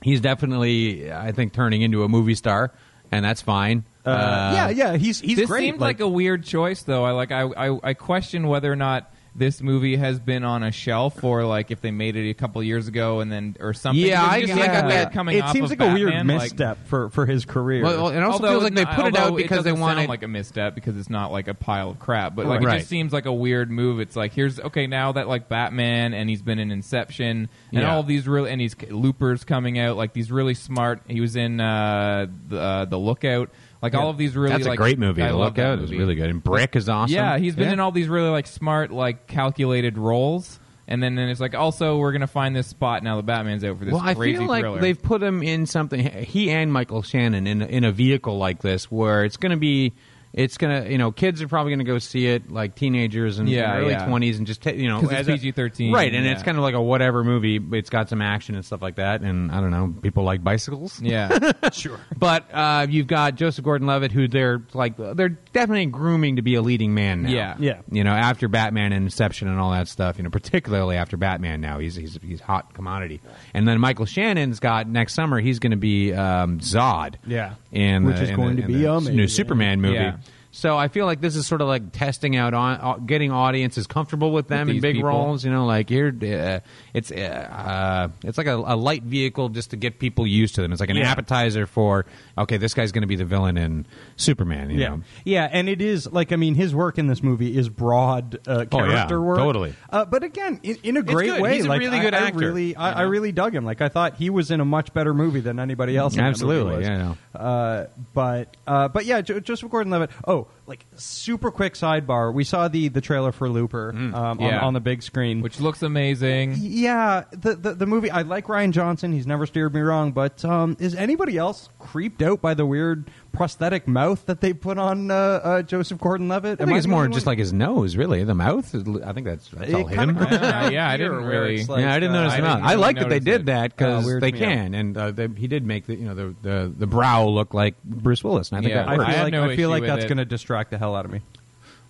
he's definitely, I think, turning into a movie star, and that's fine. Uh, yeah, yeah, he's he's this great. seemed like, a weird choice, though. I like I, I I question whether or not this movie has been on a shelf or like if they made it a couple years ago and then or something. Yeah, Because I- it just yeah. seemed like a weird Yeah. coming. it off seems of like a weird Batman, like- misstep for for his career. Well, well, it also although feels like they not- put it out although because they doesn't wanted sound like a misstep because it's not like a pile of crap, but like it Right. just seems like a weird move. It's like here's okay now that like Batman and he's been in Inception and Yeah. all of these real and he's Looper's coming out like these really smart. He was in uh, the, uh, the Lookout. Like all of these really that's like- a great movie. I to love look that out. It was movie. really good. And Brick is awesome. Yeah, he's been in all these really like smart, like calculated roles, and then then it's like also we're gonna find this spot now. The Batman's out for this Well, I crazy feel like thriller. they've put him in something. He and Michael Shannon in in a vehicle like this, where it's going to be, it's going to you know, kids are probably going to go see it, like teenagers and Yeah, early yeah. twenties, and just ta- you know, 'Cause it's as a- PG-13, right? And yeah. it's kind of like a whatever movie. but It's got some action and stuff like that, and I don't know, people like bicycles. yeah, sure. But uh, you've got Joseph Gordon-Levitt, who they're like they're definitely grooming to be a leading man now. Yeah. Yeah. You know, after Batman and Inception and all that stuff. You know, particularly after Batman now, he's he's he's hot commodity. And then Michael Shannon's got next summer he's going to be um, Zod. Yeah. In Which the- is in going the- to in be the amazing. new Superman movie. Yeah. So I feel like this is sort of like testing out on uh, getting audiences comfortable with them in these big people. roles. You know, like you're, uh, it's uh, uh, it's like a, a light vehicle just to get people used to them. It's like an Yeah. appetizer for okay, this guy's going to be the villain in Superman. You Yeah, know? yeah, and it is like I mean, his work in this movie is broad uh, Oh, yeah, character work, totally. Uh, but again, in, in a great good. way. He's a like, really I- good I actor, really, I, you I know? really dug him. Like I thought he was in a much better movie than anybody else. in that movie Absolutely, was. yeah, I know. Uh, but uh, but yeah, jo- Joseph Gordon-Levitt. Oh, like super quick sidebar. We saw the the trailer for Looper um, Mm. yeah. on, on the big screen, which looks amazing. yeah, the, the the movie. I like Ryan Johnson. He's never steered me wrong. But um, is anybody else creeped out by the weird prosthetic mouth that they put on uh, uh, Joseph Gordon-Levitt? I Am think it's the more only just one? like his nose, really. The mouth. is- I think that's, that's It all kinda him. goes Yeah, around yeah, I here didn't where really- it's like, yeah, I didn't uh, notice I the mouth. didn't I really like that they notice did it. that because Oh, weird they to me, yeah. can, and uh, they, he did make the you know the, the the brow look like Bruce Willis. And I think Yeah. that I works. feel I had like, no I feel issue like with that's it. going to distract the hell out of me.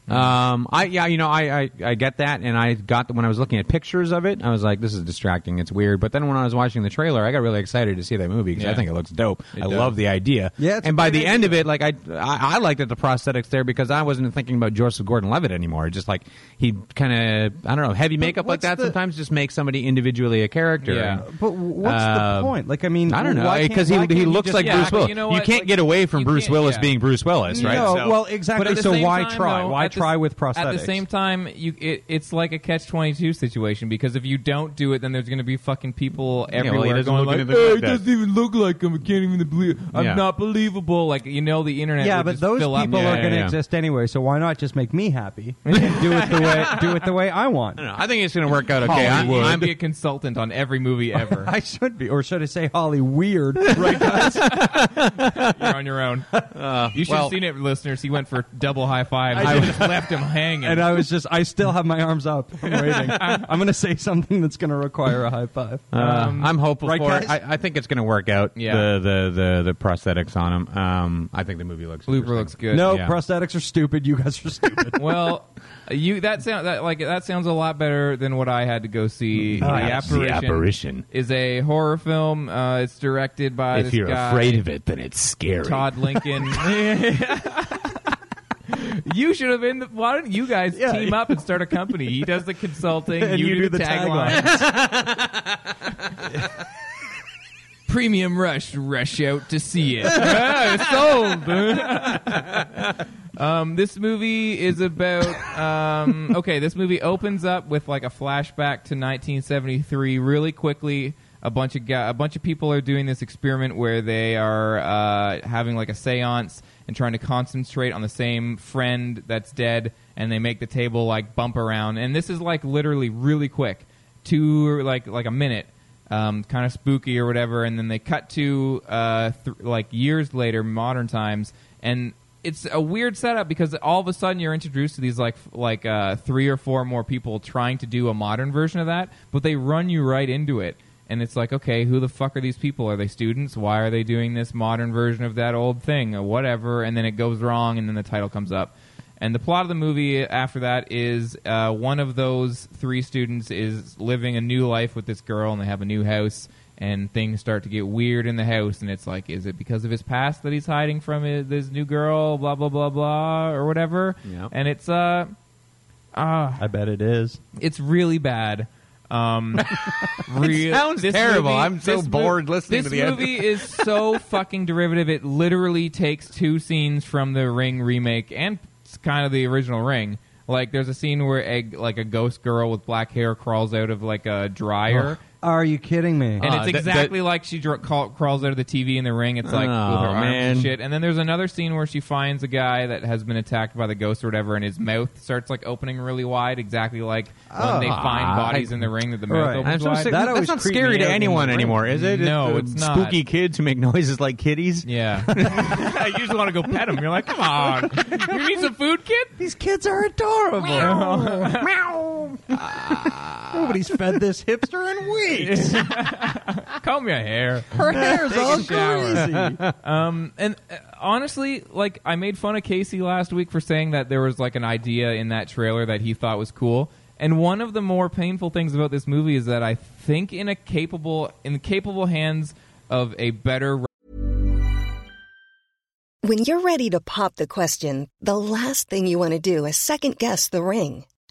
Um, I yeah, you know, I, I I get that, and I got when I was looking at pictures of it, I was like, this is distracting, it's weird. But then when I was watching the trailer, I got really excited to see that movie because I Yeah. think it looks dope. It I does. love the idea. Yeah, it's a and by great the end of it, like I, I I liked that the prosthetics there because I wasn't thinking about Joseph Gordon-Levitt anymore. Just like he kind of I don't know heavy makeup like what's that the- sometimes just makes somebody individually a character. Yeah. And- But what's Uh, Um, the point? Like, I mean, I don't know why because he can't- why can't he looks just- like Yeah, Bruce but Willis. you know what? can't Like, get away from you Bruce can't- Willis yeah. being Bruce Willis, right? No, So- well, exactly. But at the So same why time, try? though, why at the- try with prosthetics? At the same time, you it, it's like a catch twenty two situation because if you don't do it, then there's going to be fucking people well, he everywhere doesn't going look like, anything "Hey, like it that." doesn't even look like him. I can't even believe. I'm Yeah. not believable. Like you know, the internet. yeah, would but just those fill up people with are Yeah, going to yeah. exist anyway. So why not just make me happy? do it the way do it the way I want. I don't know. I think it's going to work out okay. I- Hollywood. I'm- be a consultant on every movie ever. I should be, or should I say, Holly weird? Right? guys? You're on your own. you should well- have seen it, listeners. He went for double high five. Uh, I I did. just left him hanging. and I was just, I still have my arms up. I'm waiting. I'm going to say something that's going to require a high five. Uh, I'm hopeful right, for guys? it. I, I think it's going to work out. Um, Yeah. The, the the the prosthetics on him. Um, I think the movie looks. Looper interesting. looks good. no, yeah. prosthetics are stupid. You guys are stupid. well, you that sound that like that sounds a lot better than what I had to go see. Mm-hmm. the, Yes, The apparition Apparition. is a horror film. Uh, it's directed by this guy, of it, then it's scary. Todd Lincoln. you should have been. The, why don't you guys Yeah. team up and start a company? He does the consulting, And you do, do the, the tagline. Premium Rush, rush out to see it. Ah, sold. um, this movie is about. Um, okay, this movie opens up with like a flashback to 1973, really quickly. A bunch of ga- a bunch of people are doing this experiment where they are uh, having like a séance and trying to concentrate on the same friend that's dead, and they make the table like bump around. And this is like literally really quick, two or like like a minute um, kind of spooky or whatever, and then they cut to uh, th- like years later, modern times, and it's a weird setup because all of a sudden you're introduced to these like f- like uh, three or four more people trying to do a modern version of that, but they run you right into it, and it's like, okay, who the fuck are these people? Are they students? Why are they doing this modern version of that old thing or whatever? And then it goes wrong, and then the title comes up. And the plot of the movie after that is uh, one of those three students is living a new life with this girl, and they have a new house, and things start to get weird in the house. And it's like, is it because of his past that he's hiding from his, this new girl, blah, blah, blah, blah, or whatever? Yeah. And it's, uh, I bet it is. it's really bad. Um, real, sounds this terrible. movie- I'm so this bored listening This to the end. movie is so fucking derivative. It literally takes two scenes from the Ring remake and it's kind of the original Ring. Like there's a scene where a like a ghost girl with black hair crawls out of like a dryer. Are you kidding me? And Ah, it's that- that- exactly like she dra- crawl, crawls out of the TV in the ring. It's like Oh, with her arms man. and shit. And then there's another scene where she finds a guy that has been attacked by the ghost or whatever, and his mouth starts like opening really wide, exactly like when they find bodies in the ring that the mouth Right. opens Ah, I'm so wide. sick. That That's always not creeped scary me to out in anyone the ring. anymore, is it? No, the it's not. Spooky kids who make noises like kitties. yeah, you just want to go pet him. You're like, come on, you need some food, kid. These kids are Oh. adorable. Nobody's fed this hipster in weeks. Comb your hair. Her hair's all Take a shower. crazy. and uh, honestly, like I made fun of Casey last week for saying that there was like an idea in that trailer that he thought was cool. And one of the more painful things about this movie is that I think in a capable in the capable hands of a better When you're ready to pop the question, the last thing you want to do is second guess the ring.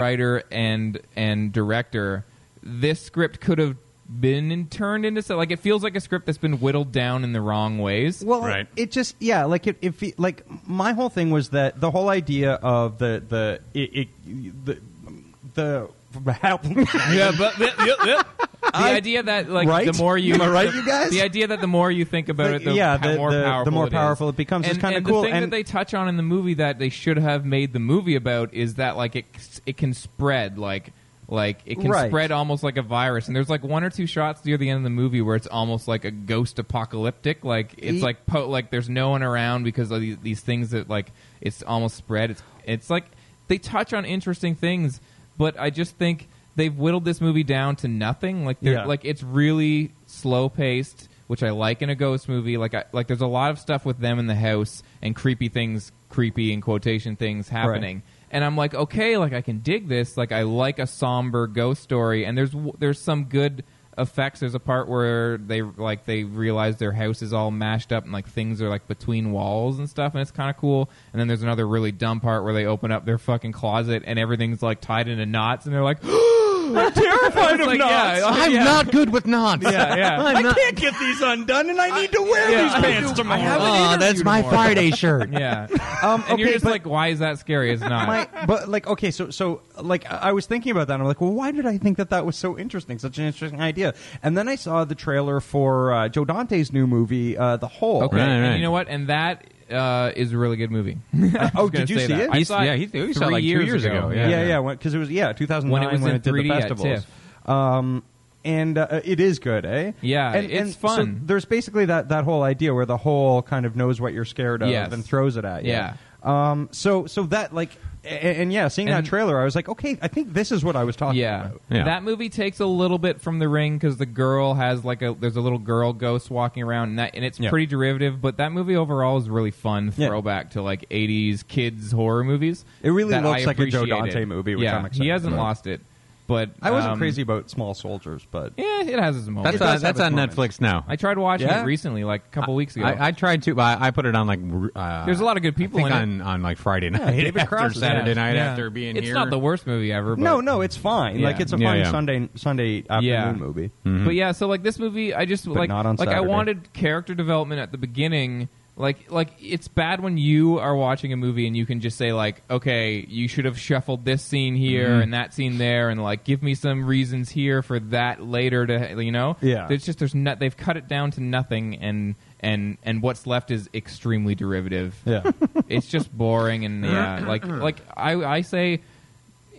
writer and and director, this script could have been turned into so like it feels like a script that's been whittled down in the wrong ways. Well, Right. it just yeah, like it, it fe- like my whole thing was that the whole idea of the the it, it the the yeah, but yeah, yeah, yeah. the idea that like Right? the more you Am I right, the, you guys? the idea that the more you think about The- it, the, yeah, how the- more the- the powerful more it is. powerful it becomes is And- kinda and cool, The thing and- that they touch on in the movie that they should have made the movie about is that like it it can spread like. Like it can Right. spread almost like a virus, and there's like one or two shots near the end of the movie where it's almost like a ghost apocalyptic. Like it's E- like po- like there's no one around because of these, these things that like it's almost spread. It's it's like they touch on interesting things, but I just think they've whittled this movie down to nothing. Like they're Yeah. like it's really slow paced, which I like in a ghost movie. Like I, like there's a lot of stuff with them in the house and creepy things, creepy and quotation things happening. And I'm like, okay, like I can dig this. Like I like a somber ghost story, and there's w- there's some good effects. There's a part where they like they realize their house is all mashed up and like things are like between walls and stuff, and it's kind of cool. And then there's another really dumb part where they open up their fucking closet and everything's like tied into knots, and they're like, "I'm terrified of knots." I'm not good with knots. Yeah, yeah. I'm not. can't get these undone, and I need to wear Yeah. these pants tomorrow. Aw, that's my Friday shirt. yeah. Um, and you're okay, just but- like, why is that scary? It's not. my, but like okay so so like i I was thinking about that and i'm like well why did i think that that was so interesting such an interesting idea and then i saw the trailer for uh, joe dante's new movie uh, the hole okay. Right, right. And you know what? And that uh, is a really good movie. oh did you see it I He's- saw it yeah, he- he saw it three like two years years ago. ago, Yeah. yeah yeah because it was yeah 2009 When it was in did 3D the at festivals um and uh, it is good, eh? Yeah, and, it's and fun. So there's basically that, that whole idea where the whole kind of knows what you're scared of Yes. and throws it at you. Yeah. Um. So so that like, and, and yeah, seeing And- that trailer, I was like, okay, I think this is what I was talking Yeah. about. Yeah. that movie takes a little bit from The Ring because the girl has like a there's a little girl ghost walking around and that and it's Yeah. pretty derivative. But that movie overall is really fun Yeah. throwback to like '80s kids horror movies. It really that looks I like a Joe appreciated. Dante movie, which yeah, I'm he excited hasn't about. lost it, but I wasn't um, crazy about Small Soldiers, but Yeah, it has its moments. That's It does on, have that's its on moments. Netflix now. I tried watching Yeah? it recently, like a couple weeks ago. I, I tried to, but I, I put it on like. r- Uh, There's a lot of good people I think in on, it. on like Friday night David after Cross is in it. Saturday Yeah. night Yeah. after being it's here. not the worst movie ever. But no, no, it's fine. Yeah. Like it's a Yeah, fine yeah. Sunday Sunday afternoon yeah. movie. But yeah, so like this movie, I just like Mm-hmm. not on like I Saturday. wanted character development at the beginning. Like like it's bad when you are watching a movie and you can just say like, okay, you should have shuffled this scene here Mm-hmm. and that scene there, and like give me some reasons here for that later to you know. Yeah. There's just there's not they've cut it down to nothing and. And and what's left is extremely derivative. Yeah. it's just boring and yeah, like like I I say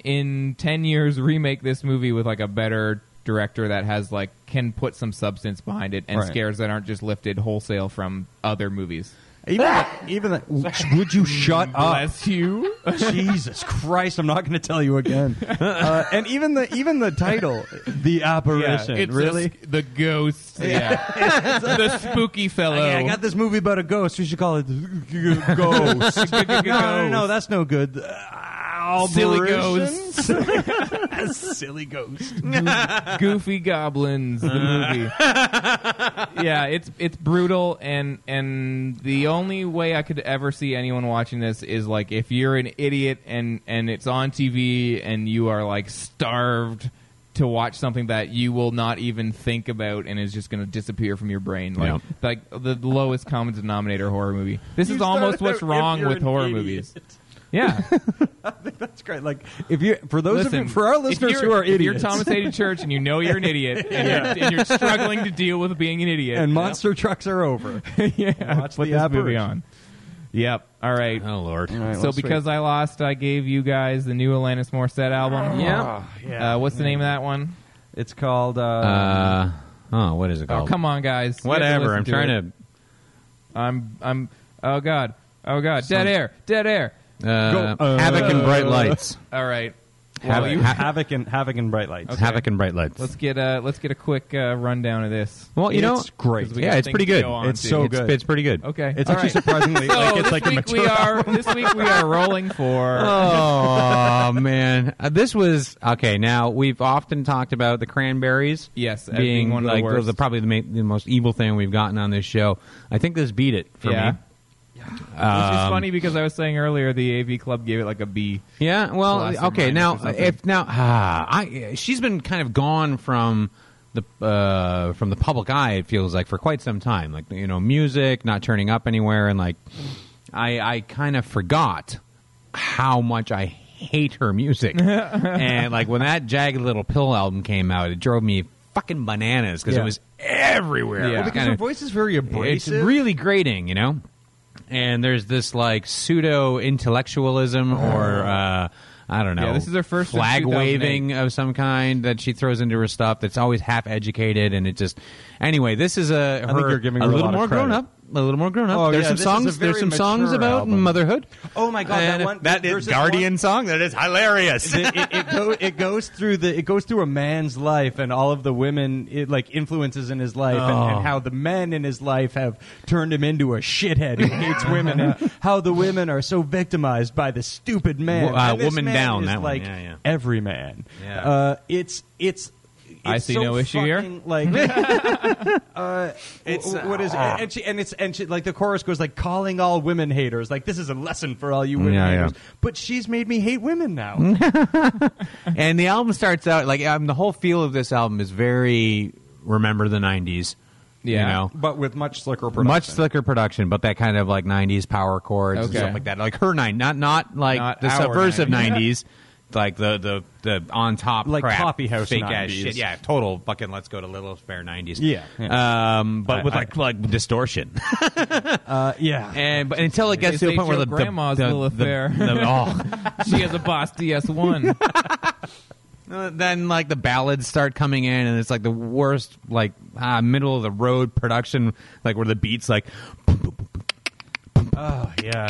in 10 years remake this movie with like a better director that has like can put some substance behind it and Right. scares that aren't just lifted wholesale from other movies Even that, even that, would you shut up? bless you Jesus Christ! I'm not going to tell you again. Uh, and even the even the title, the apparition, really. the ghost yeah the spooky fellow Yeah, I got this movie about a ghost. We should call it Ghost. no, no, no, that's no good. Uh, Silly apparitions? Silly ghost. goofy goblins the movie yeah it's it's brutal and and the only way i could ever see anyone watching this is like if you're an idiot and and it's on tv and you are like starved to watch something that you will not even think about and is just going to disappear from your brain like Yeah. like the lowest common denominator horror movie this is almost what's wrong with horror movies yeah That's great. Like if you for those Listen, of you, for our if listeners you're- who are if idiots, you're Thomas Hayden Church and you know you're an idiot and, you're, and you're struggling to deal with being an idiot. and monster trucks are over. yeah, watch put the this movie apparition. on. Yep. All right. Oh Lord. so because I lost, I gave you guys the new Alanis Morissette Oh, album. Yeah. Uh, what's the name of that one? It's called. Uh, Uh, oh, what is it Oh, called? come on, guys. You have to Whatever. listen I'm trying it. to. I'm. I'm. Oh God. Oh God. Dead air. Dead air. Uh, Go, uh, Havoc and Bright Lights. All right. Have Well, it. you- Ha- Havoc and Havoc and Bright Lights. Havoc and Bright Lights. let's get a let's get a quick uh, rundown of this. well, you know, It's great. 'Cause we Yeah, got it's pretty things to good. go on It's to. so It's, good. it's pretty good. Okay. It's All actually surprisingly so like it's this like a week mature we are this week we are rolling for. oh man, Uh, this was okay. Now we've often talked about the cranberries, Yes, as being, being one of the like worst. probably the, main, the most evil thing we've gotten on this show. I think this beat it for yeah. me. Which Um, is funny because I was saying earlier the AV Club gave it like a B. Yeah. Well, Plus or okay. minus Now, or something. if now, ah, I she's been kind of gone from the uh, from the public eye. It feels like for quite some time. Like you know, music not turning up anywhere, and like I I kind of forgot how much I hate her music. and like when that Jagged Little Pill album came out, it drove me fucking bananas because Yeah. it was everywhere. Yeah. Well, It because kinda- voice is very it's really grating, you know. And there's this like pseudo intellectualism Uh-huh. or uh, I don't know. Yeah, this is her first since flag 2008. waving of some kind that she throws into her stuff. That's always half educated, and it just anyway. This is a think her- you're giving a her a little lot of more grown credit. up. A little more grown up. Oh, there's yeah, some this songs. is a very There's some songs mature about album. motherhood. Oh my God, that And one- that there's is this Guardian one- song. That is hilarious. it, it, it, go, it goes through the it goes through a man's life and all of the women it, like influences in his life and, Oh. and how the men in his life have turned him into a shithead who hates women and how the women are so victimized by the stupid man. Wo- uh, And this Woman man Down, is that one. like Yeah, yeah. every man. Yeah. Uh, it's it's. I it's see so no issue here. fucking, Like, uh, it's what uh, is it? and she and it's and she like the chorus goes like calling all women haters. Like this is a lesson for all you women Yeah, haters. yeah. But she's made me hate women now. and the album starts out like um, the whole feel of this album is very remember the '90s. Yeah. You know, but with much slicker production. Much slicker production, but that kind of like '90s power chords and Okay. stuff like that. Like her nine, not not like Not the our subversive 90s. '90s, like the the the on top Like crap, coffee house fake ass 90s. shit. Yeah, total fucking. Let's go to Little Fair '90s. Yeah, Um, but I- with I- like like distortion, Uh, yeah. and but until it gets They to the say point where Joe the Grandma's the, Little the, Fair. the- oh. She has a Boss DS1. Uh, then like the ballads start coming in and it's like the worst like ah, middle of the road production like where the beats like Oh, yeah.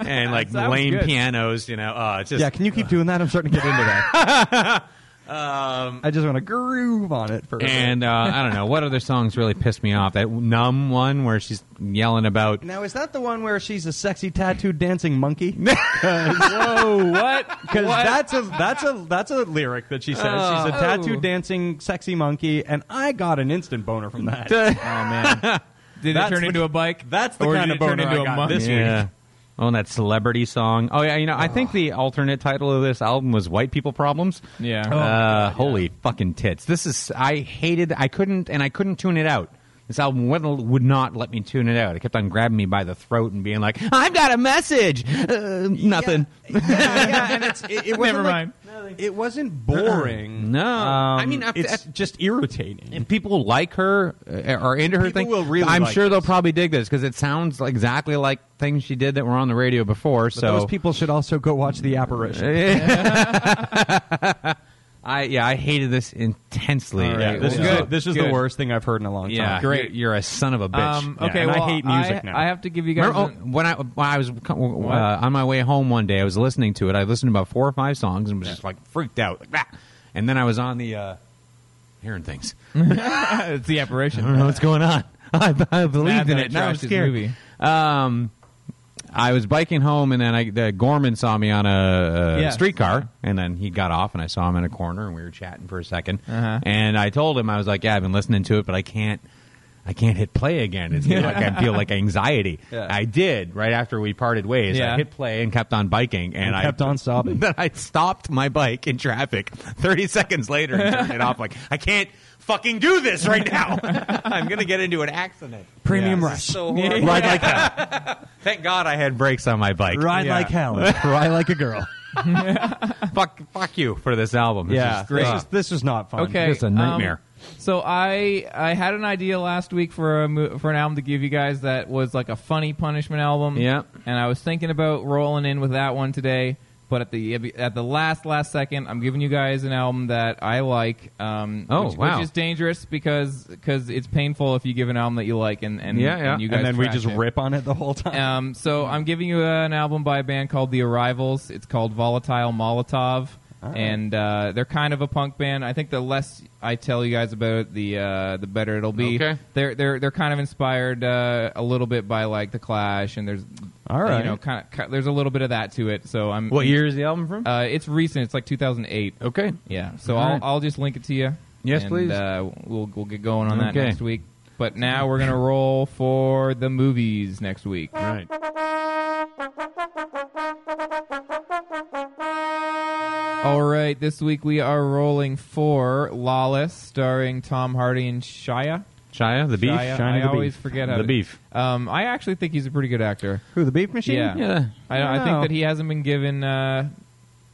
and like Sounds lame good. pianos you know uh, it's just Yeah, can you keep doing that? I'm starting to get into that. um, I just want to groove on it for a bit. and uh, I don't know what other songs really pissed me off. That numb one where she's yelling about Now, is that the one where she's a sexy tattooed dancing monkey? Whoa, what? Because What? that's a that's a that's a lyric that she says. She's a Oh. tattooed dancing sexy monkey, and I got an instant boner from that. Oh, did it That's turn the- into a bike? that's the or kind did of it turn boner into I a got monkey? this yeah. Oh, and that celebrity song. Oh yeah, you know, I think the Ah. alternate title of this album was "White People Problems." Yeah. Uh, Oh, God, holy fucking tits! This is I hated. I couldn't, and I couldn't tune it out. This album would, would not let me tune it out. It kept on grabbing me by the throat and being like, "I've got a message." Uh, nothing. yeah, yeah, and it's, it, it wasn't Never like- mind. it wasn't boring. No. Um, I mean, after- it's after- just irritating. And people like her uh, are into her People thing. will really I'm like sure they'll this. probably dig this because it sounds like- exactly like things she did that were on the radio before. so Those people should also go watch the apparition. I yeah, I hated this intensely. All Yeah, right, this well, is, good, the, this is good. the worst thing I've heard in a long yeah, time. great. You're, you're a son of a bitch. Um, Yeah, okay, and I well, hate music now. I have to give you guys. Remember, oh, an- when I when I was uh, on my way home one day, I was listening to it. I listened to about four or five songs and was just like freaked out, like "Ah." And then I was on the uh, hearing things. it's the apparition. I don't know what's going on. I, I believed Mad in that I it. Now I'm trashed his scared. movie. Um, I was biking home, and then I, the Gorman saw me on a, a Yes. streetcar, and then he got off, and I saw him in a corner, and we were chatting for a 2nd Uh-huh. And I told him I was like, "Yeah, I've been listening to it, but I can't." I can't hit play again. It's like I feel like anxiety. Yeah. I did right after we parted ways. Yeah. I hit play and kept on biking, and, And I kept on sobbing. Then I stopped my bike in traffic. Thirty seconds later, and turned it off. Like I can't fucking do this right now. I'm gonna get into an accident. Premium This rush. is So horrible. Ride like hell. Thank God I had brakes on my bike. Ride Yeah. like hell. Cry like a girl. Fuck, fuck you for this album. This is yeah, this great. is this is not fun. Okay, It's a nightmare. um, so I I had an idea last week for a mo- for an album to give you guys that was like a funny punishment album. Yep. And I was thinking about rolling in with that one today, But at the at the last last second, I'm giving you guys an album that I like. Um, Oh, which, wow. which is dangerous because because it's painful if you give an album that you like and and, Yeah, yeah. and you guys and then we trash just it. rip on it the whole time. Um, so I'm giving you an album by a band called The Arrivals. It's called Volatile Molotov, and uh, they're kind of a punk band. I think the less I tell you guys about it, the uh, the better it'll be. Okay. They're they're they're kind of inspired uh, a little bit by like the Clash, and there's All you right. know kind of ki- there's a little bit of that to it. So I'm What year is the album from? Uh, it's recent. It's like 2008. okay. Yeah. So All I'll right. I'll just link it to you. Yes, and, please. Uh, we'll we'll get going on that Okay. next week. But now we're gonna roll for the movies next week. Right. All right, this week we are rolling for Lawless, starring Tom Hardy and Shia. Shia, the beef. Shia, Shia I the always beef. forget how the to- beef. Um, I actually think he's a pretty good actor. Who the beef machine? Yeah, Yeah. I, I, I think know. that he hasn't been given uh,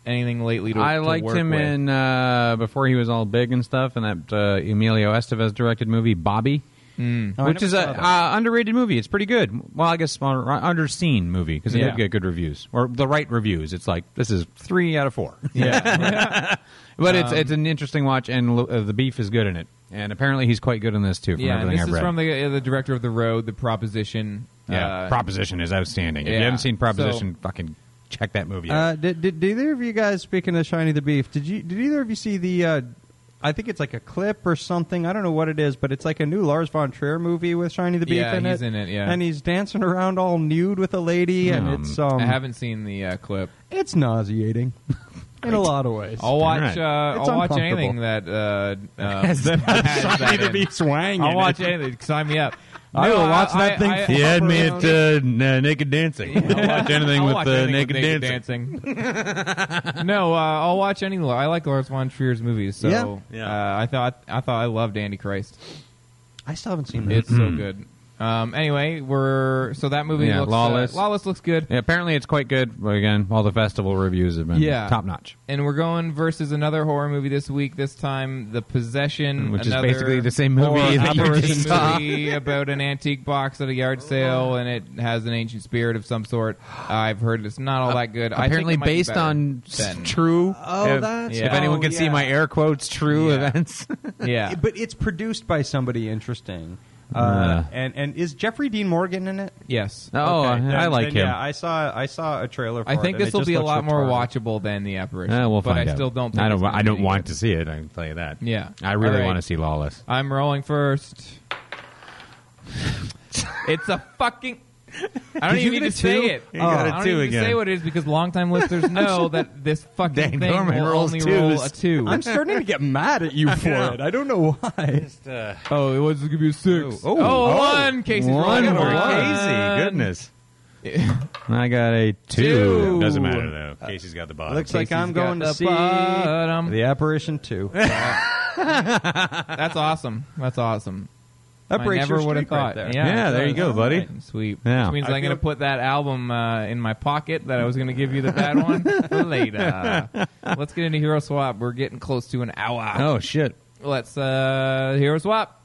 anything lately. To, I to liked work him with. in uh, before he was all big and stuff, in that uh, Emilio Estevez directed movie Bobby, Oh, I which never is a saw that. uh, underrated movie. It's pretty good. Well, I guess uh, underseen movie because it Yeah. did get good reviews or the right reviews. It's like this is three out of four. Yeah, Um, but it's it's an interesting watch, and lo- uh, the beef is good in it. And apparently, he's quite good in this too. From yeah. and everything this I've is read. from the uh, the director of The Road, The Proposition. yeah, uh, Proposition is outstanding. If yeah. you haven't seen Proposition, fucking check that movie. out. Uh, did, did, did either of you guys speaking of shiny the beef? Did you did either of you see the? Uh, I think it's like a clip or something. I don't know what it is, but it's like a new Lars von Trier movie with Shiny the Beef Yeah, in he's it. in it, yeah. Hmm. and he's dancing around all nude with a lady, Um, and it's um, I haven't seen the uh, clip. it's nauseating in a lot of ways. I'll watch. right. Uh, It's I'll watch uncomfortable. anything that uh, uh, has that in. swang. I'll watch anything. Sign me up. I No, will watch that thing I- for- Yeah, had me at uh, naked dancing. I'll watch anything I'll watch anything with uh, dancing. no, uh, I'll watch any. I like Lars von Trier's movies, so Yeah. Yeah. Uh, I thought I thought I loved Andy Christ. I still haven't Mm-hmm. seen it. It's so good. Um, anyway, we're so that movie Yeah, looks Lawless. Uh, Lawless looks good, Yeah, apparently, it's quite good. But again, all the festival reviews have been Yeah. top notch, and we're going versus another horror movie this week. This time, The Possession, Mm, which is another basically the same movie horror that you opera just saw. movie about an antique box at a yard sale, and it has an ancient spirit of some sort. I've heard it's not all that good. I think apparently it might be based better on s- than- true. Oh, if, that's- if Yeah. anyone can oh, see yeah. my air quotes, true Yeah. events. yeah. But it's produced by somebody interesting. Uh, Uh. and and is Jeffrey Dean Morgan in it? Yes. oh, Okay, I- then- I like then, him. Yeah, I saw I saw a trailer. for I think it, and this it will just be a looks lot more retarded. watchable than the apparition. Uh, we'll but find I out. still don't. Think I it's don't. gonna I don't be want good. to see it. I can tell you that. Yeah. I really All right. want to see Lawless. I'm rolling first. it's a fucking. I don't Did you even get need a to say two? it. You got I a don't two even need to again. say what it is because longtime listeners know that this fucking Dan thing Norman will rolls only roll a twos. two. I'm starting to get mad at you for it. I don't know why. oh, it was gonna be a six. Oh, Oh. one. Casey's rolling for one. Casey. Goodness. I got a two. Two. Doesn't matter though. Casey's got the bottom. Looks like Casey's I'm got going the to see bottom. the apparition too. That's awesome. That's awesome. That breaks I never your would have streak thought. right there. Yeah, Yeah, it there you does. go, buddy. Alright, sweet. Yeah. Which means I I'm going to put that album uh, in my pocket that I was going to give you the bad one for later. Let's get into Hero Swap. We're getting close to an hour. Oh shit. Let's uh, Hero Swap.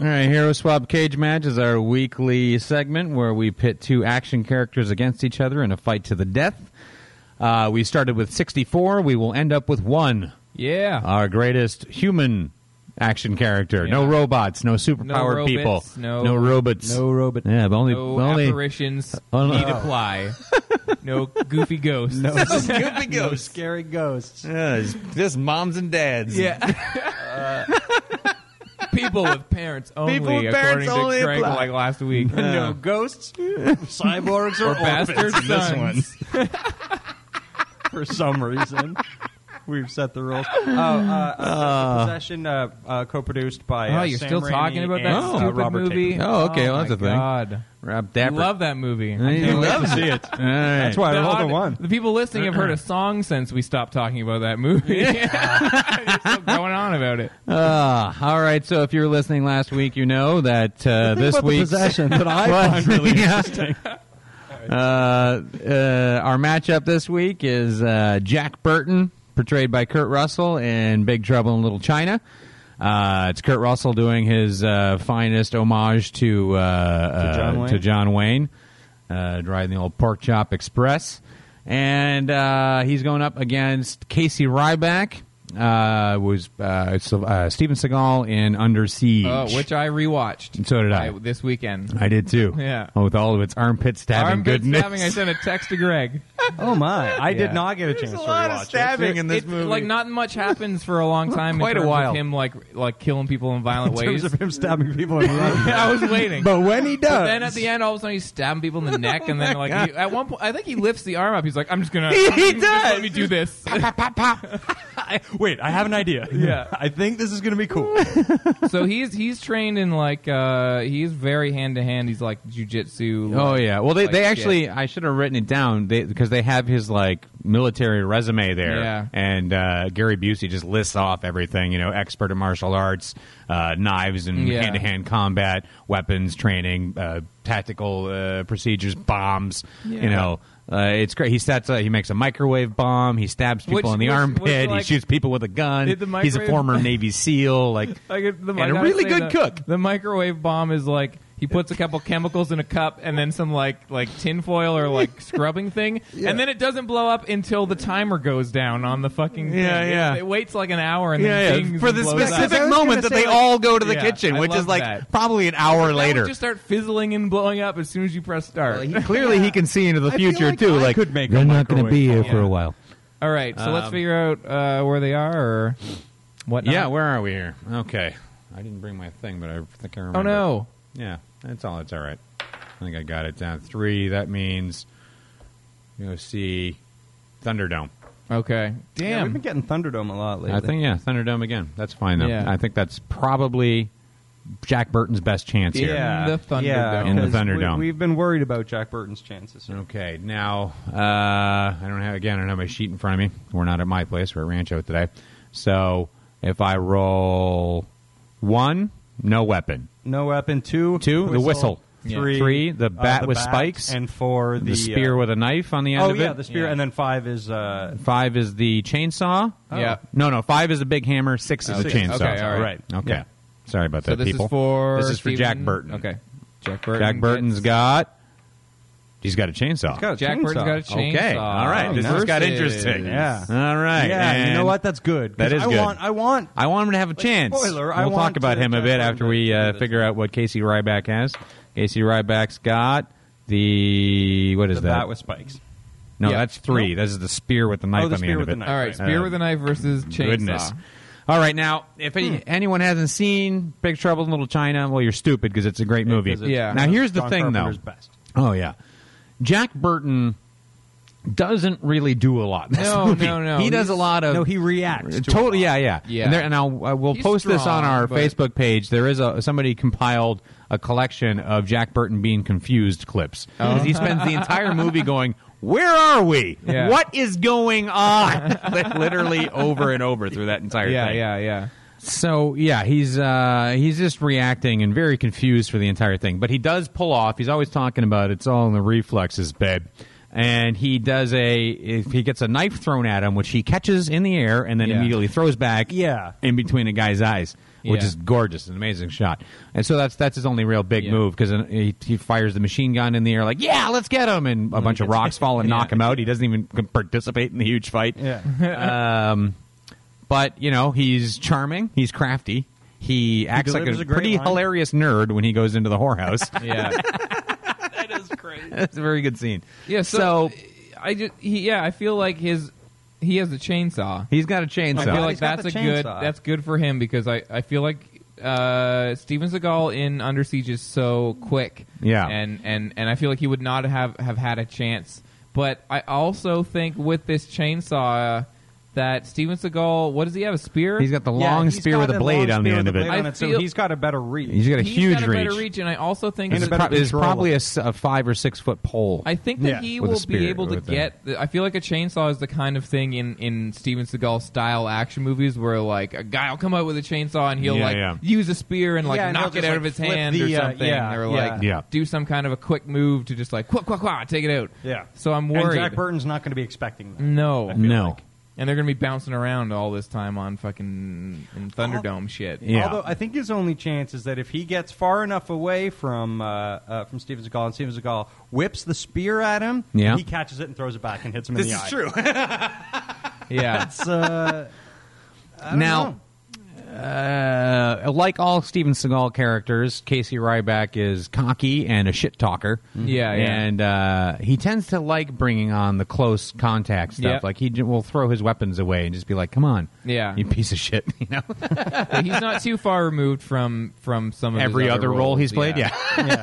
All right, Hero Swap Cage Match is our weekly segment where we pit two action characters against each other in a fight to the death. Uh, we started with 64. We will end up with one. Yeah. Our greatest human action character. No Yeah. robots, no superpowered robots, people. no- no robots. No robot. Yeah, but only, no only apparitions Oh, no. need apply. no goofy ghosts. goofy No scary ghosts. Yeah, just moms and dads. Yeah. Uh, People with parents only, People with according parents to only Craig, apply. like last week. No ghosts. Cyborgs Or or bastard orphans in this sons. one. for some reason. We've set the rules. Oh, uh, uh, The possession uh, uh, co-produced by. Oh, uh, you're Sam still Raimi talking about that and, uh, stupid Robert movie. Taylor. Oh, okay, well, that's my a thing. God. Rob I Dapper. love that movie. He loves it. That's why I The rolled a odd- one. The people listening have heard a song since we stopped talking about that movie. You're still going on about it. Oh, Uh, all right. So if you were listening last week, you know that uh, Think this about the week possession that I find really interesting. Uh, uh, our matchup this week is uh, Jack Burton, portrayed by Kurt Russell in Big Trouble in Little China. Uh, it's Kurt Russell doing his uh, finest homage to uh, John uh, Wayne? to John Wayne, uh, driving the old Pork Chop Express. and uh, he's going up against Casey Ryback. Uh, was uh, Sy- uh, Steven Seagal in Under Siege? Uh, which I rewatched. So did I. this weekend. I did too. Yeah. Oh, with all of its armpit stabbing Arm bit goodness. stabbing. I sent a text to Greg. Oh my! I did not get a There's chance a to lot of rewatch stab- it. Stabbing in this It's- movie. Like not much happens for a long time. Quite a in terms of while. him like like killing people in violent In ways. terms of him stabbing people in the leg. I was waiting. But when he does, But then at the end, all of a sudden he's stabbing people in the neck, and then like he, at one point, I think he lifts the arm up. He's like, "I'm just gonna, Oh He just does. Let me do this." wait, I have an idea. Yeah. I think this is going to be cool. so he's he's trained in like uh he's very hand to hand. He's like jujitsu. Oh like- yeah. Well, they, like they shit. actually I should have written it down they, because they have his like military resume there. Yeah. And uh, Gary Busey just lists off everything. You know, expert in martial arts, uh, knives and Yeah. hand to hand combat, weapons training, uh, tactical uh, procedures, bombs. You know. Uh, it's great. He sets. A, he makes a microwave bomb. He stabs people Which- in the which- which, armpit. he like- shoots people with a gun. Did the He's a microwave- former Navy SEAL. Like, Like, it- the- I and a gotta really say good that cook. The microwave bomb is like he puts a couple chemicals in a cup and then some like like tinfoil or like scrubbing thing, and then it doesn't blow up until the timer goes down on the fucking. Yeah, thing. It- yeah. It, waits like an hour and Yeah, then yeah. dings For and the blows up. specific I was moment gonna that say, they like- all go to the Yeah, kitchen, I which is love like that. probably an hour That later. would just start fizzling and blowing up as soon as you press start. Clearly, he can see into the I feel future like too. I like could make they're a not going to be here microwave for a while. All right, so let's figure out uh, where they are or what. Um, Yeah, where are we here? Okay, I didn't bring my thing, but I think I remember. Oh no. Yeah, that's all. It's all right. I think I got it down. Three. That means you know, see Thunderdome. Okay. Yeah, Damn. we've been getting Thunderdome a lot lately. I think yeah, Thunderdome again. That's fine though. Yeah. I think that's probably Jack Burton's best chance here. yeah, In the Thunderdome. Yeah, In the 'cause Thunderdome. We, have been worried about Jack Burton's chances. here. Okay, now uh, I don't have again. I don't have my sheet in front of me. We're not at my place. We're at Rancho today. So if I roll one, no weapon. No weapon. Two. Two, the whistle. Yeah. Three. Three, the uh, bat with spikes. And four. The, The, spear uh, with a knife on the end Oh of yeah, it. Oh, the spear. And then five is. Uh, Five is the chainsaw. Yeah. No, no. Five is the big hammer. Six is the Okay, chainsaw. okay, all right. Okay. Yeah. Sorry about so that, this people. is for this is for Jack Steven- Burton. Okay. Jack Burton. Jack Burton's gets- got. He's got a chainsaw. got a Jack chainsaw. Burton's got a chainsaw. Okay. All right. this has got Versus- interesting. Yeah. All right. yeah, you know And- what? That's good. 'cause That is I good. Want, I want. I want him to have a chance. spoiler, we'll I talk want, about uh, him a Jack bit Burton after to we do uh, this. figure out what Casey Ryback has. Casey Ryback's got the what is the that? bat with spikes. no, Yeah. that's three. This is the spear with the knife Oh, the on the spear end with of it. the knife. All right. Spear Uh, with a knife versus chainsaw. Goodness. All right, now if Hmm. any, anyone hasn't seen Big Trouble in Little China, well, you're stupid because it's a great movie. 'cause it's Yeah. Now here's the John thing, Carpenter's though. best. Oh yeah, Jack Burton doesn't really do a lot. in this No, movie. no, no. He does a He's- lot of no, he reacts to Uh, Totally, a yeah, lot. yeah, Yeah. And, there, and I'll, I will He's post this strong, on our but- Facebook page. There is a somebody compiled a collection of Jack Burton being confused clips 'Cause he spends the entire movie going. Where are we? Yeah. What is going on? Like, Literally over and over through that entire Yeah, thing. yeah, yeah. So yeah, he's uh, he's just reacting and very confused for the entire thing. But he does pull off. He's always talking about it's all in the reflexes, babe. And he does a if he gets a knife thrown at him, which he catches in the air and then Yeah. immediately throws back. Yeah. in between a guy's eyes, which Yeah. is gorgeous, an amazing shot. And so that's that's his only real big Yeah. move because he, he fires the machine gun in the air like yeah, let's get him, and a bunch of rocks fall and knock him out. He doesn't even participate in the huge fight. Yeah. Um, but you know, he's charming. He's crafty. He acts like delivers a, a great pretty line. hilarious nerd when he goes into the whorehouse. Yeah. That's a very good scene. Yeah. So, I just he, yeah I feel like his he has a chainsaw. he's got a chainsaw. I feel like he's got that's a the good chainsaw. that's good for him because I I feel like uh Steven Seagal in Under Siege is so quick. Yeah. And and and I feel like he would not have have had a chance. But I also think with this chainsaw uh, that Steven Seagal what does he have a spear? he's got the Yeah, long he's spear got with a blade long on the spear end with of a it. blade on it, so I feel- he's got a better reach. He's got a He's huge got a better reach. reach and I also think It's And a that- better prob- it's control of probably it. a, s- a five or six foot pole. I think that Yeah. he With a will spear, be able to with a- get. The, I feel like a chainsaw is the kind of thing in in Steven Seagal style action movies where like a guy will come out with a chainsaw and he'll Yeah, like yeah. use a spear and like Yeah, and knock he'll it just, out like, of his flip hand the, or uh, something yeah, or yeah. like Yeah. do some kind of a quick move to just like qua qua qua take it out. Yeah. So I'm And worried. Mm, Jack Burton's not going to be expecting that. No. no. and they're going to be bouncing around all this time on fucking in Thunderdome shit. Yeah. Although I think his only chance is that if he gets far enough away from uh, uh, from Steven Seagal and Steven Seagal whips the spear at him, Yeah. he catches it and throws it back and hits him This in the is eye. true. Yeah, It's, uh, now, uh, like all Steven Seagal characters, Casey Ryback is cocky and a shit talker. Mm-hmm. Yeah, yeah. and uh, he tends to like bringing on the close contact stuff. Yep. Like he j- will throw his weapons away and just be like, "Come on, Yeah. you piece of shit." You know, he's not too far removed from from some of his every other, role roles, he's played. Yeah,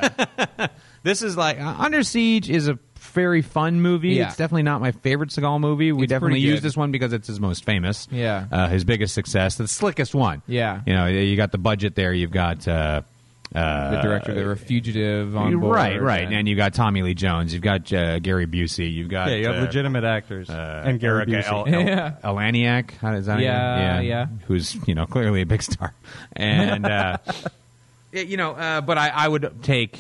this is like uh, Under Siege is a very fun movie. Yeah. It's definitely not my favorite Seagal movie. We It's definitely pretty good. use this one because it's his most famous. Yeah. uh, his biggest success, the slickest one. Yeah. you know, you got the budget there. You've got. Uh, uh, the director, they were fugitive on board, right, right, and, you got Tommy Lee Jones. You've got uh, Gary Busey. You've got yeah, you uh, have legitimate actors and Gary Erica Busey. El- Yeah. El- Elaniak. How does that? Yeah, yeah. Who's you know clearly a big star, and uh, yeah, you know, uh, but I, I would take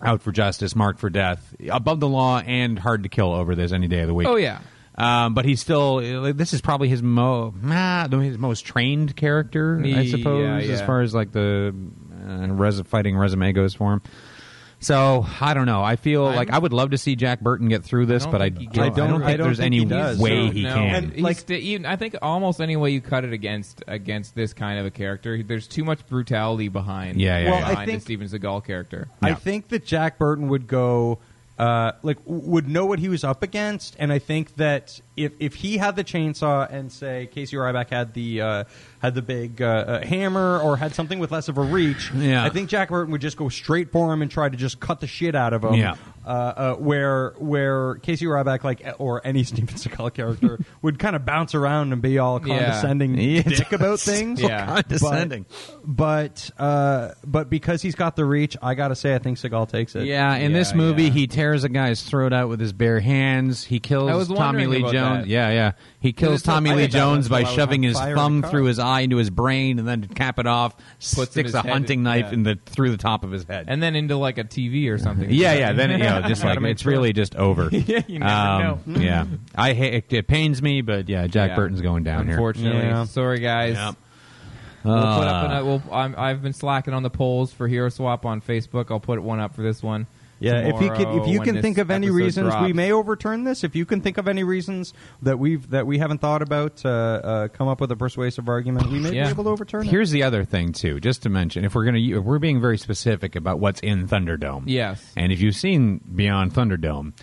Out for Justice, Marked for Death, Above the Law, and Hard to Kill over this any day of the week. oh yeah, Um, but he's still. This is probably his mo ah, his most trained character, Yeah, I suppose, as yeah. far as like the uh, res- fighting resume goes for him. So I don't know. I feel I'm- like I would love to see Jack Burton get through I this, don't but I, think he don't, I gets don't through think it. I don't there's think any he does. way No, he no. can. And like, even, I think almost any way you cut it against against this kind of a character, there's too much brutality behind. Yeah, yeah, Well, yeah. behind I think- the Steven Seagal character. I think that Jack Burton would go, uh, like, w- would know what he was up against, and I think that if if he had the chainsaw and say Casey Ryback had the uh, had the big uh, uh, hammer or had something with less of a reach, Yeah. I think Jack Burton would just go straight for him and try to just cut the shit out of him. Yeah. Uh, uh, where where Casey Ryback like or any Steven Seagal character would kind of bounce around and be all Yeah. condescending Yeah, it dick about does. things, So Yeah. condescending. but uh, but because he's got the reach, I gotta say, I think Seagal takes it. Yeah, in this Yeah, movie, yeah. he tears a guy's throat out with his bare hands. He kills I was Tommy wondering Lee about Jones. that. Yeah, yeah. He kills it's not- Tommy I Lee did that Jones once by while I was shoving on his fire in thumb the car. through his eye into his brain, and then to cap it off, in sticks his a head, hunting knife yeah. in the through the top of his head. and then into like a TV or something. yeah, yeah. Then you know, just like Gotta make it's sure. really just over. yeah, you never know. yeah, I ha- it, it pains me, but yeah, Jack Yeah. Burton's going down here. Unfortunately, Yeah. sorry guys. Yep. We'll put Uh. up an, we'll, I'm, I've been slacking on the polls for Hero Swap on Facebook. I'll put one up for this one. Yeah, if he tomorrow could, if you when can this think of any episode reasons we drops. may overturn this, if you can think of any reasons that we've that we haven't thought about, uh, uh, come up with a persuasive argument, we may Yeah. be able to overturn it. Here's the other thing too, just to mention, if we're gonna, if we're being very specific about what's in Thunderdome. Yes. And if you've seen Beyond Thunderdome,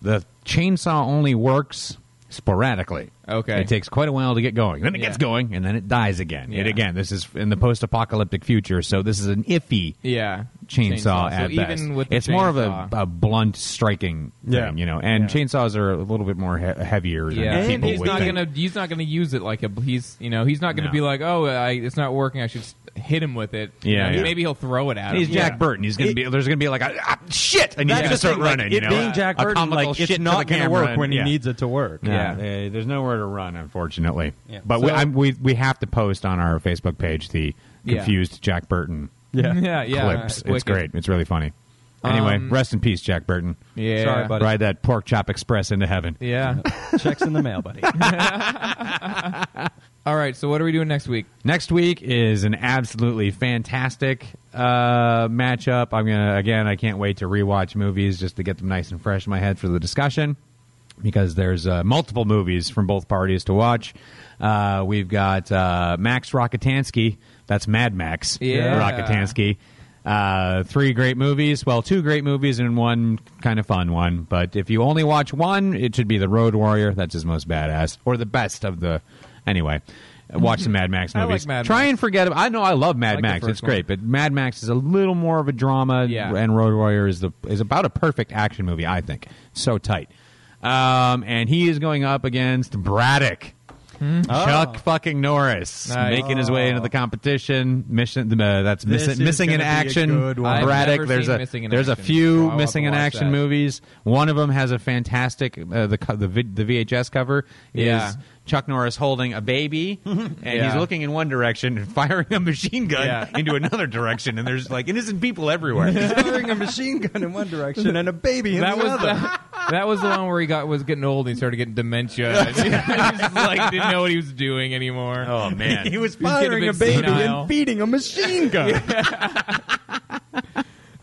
the chainsaw only works sporadically. Okay. It takes quite a while to get going. Then it Yeah. gets going, and then it dies again. It Yeah. again. This is in the post-apocalyptic future, so this is an iffy yeah chainsaw, So at best. even with the it's more of a, chainsaw- a blunt striking Yeah. thing, you know. And chainsaws are a little bit more he- heavier than yeah, people and he's would not think. gonna he's not gonna use it like a he's you know he's not gonna No. be like oh I, it's not working I should s- hit him with it You Yeah, know, yeah. maybe he'll throw it at And he's him Jack Burton. He's gonna be there's gonna be like a, ah, shit, and he's That's gonna the start thing, like, running. it you know, being Jack a Burton, comical like, shit it's to not the going to camera, work and- when yeah. he needs it to work. Yeah, Yeah. eh, there's nowhere to run, unfortunately. Yeah. But we, So- I'm, we we have to post on our Facebook page the Yeah. confused Jack Burton Yeah. Um, yeah yeah clips. It's wicked. great. It's really funny. Anyway, rest in peace, Jack Burton. yeah Sorry, buddy. Ride that pork chop express into heaven. yeah Checks in the mail, buddy. all right so what are we doing next week Next week is an absolutely fantastic uh, matchup. I'm gonna again. I can't wait to rewatch movies just to get them nice and fresh in my head for the discussion because there's uh, multiple movies from both parties to watch. Uh, we've got uh, Max Rockatansky. That's Mad Max. Yeah. Rockatansky. Uh, three great movies. Well, two great movies and one kind of fun one. But if you only watch one, it should be The Road Warrior. That's his most badass, or the best of the. Anyway, watch the Mad Max I like movies. Mad Try Max. and forget. About, I know I love Mad like the Max. first It's great, one. but Mad Max is a little more of a drama. Yeah. and Road Warrior is the is about a perfect action movie. I think so tight. Um, and he is going up against Braddock. Chuck fucking Norris Hmm? Oh. Nice. Oh. making his way into the competition. Mission uh, that's This missing is missing in gonna be a action. good one. I've Braddock. never There's seen a Missing in there's a Action, so I'll few have to missing in watch action that. movies. One of them has a fantastic uh, the co- the, vid, the VHS cover is Yeah. Chuck Norris holding a baby and he's Yeah. looking in one direction and firing a machine gun Yeah. into another direction and there's like innocent people everywhere. Firing a machine gun in one direction and a baby in that the was other. the, That was the one where he got was getting old and he started getting dementia. And he just, like didn't know what he was doing anymore. Oh man, He was getting a firing a bit baby senile. and feeding a machine gun.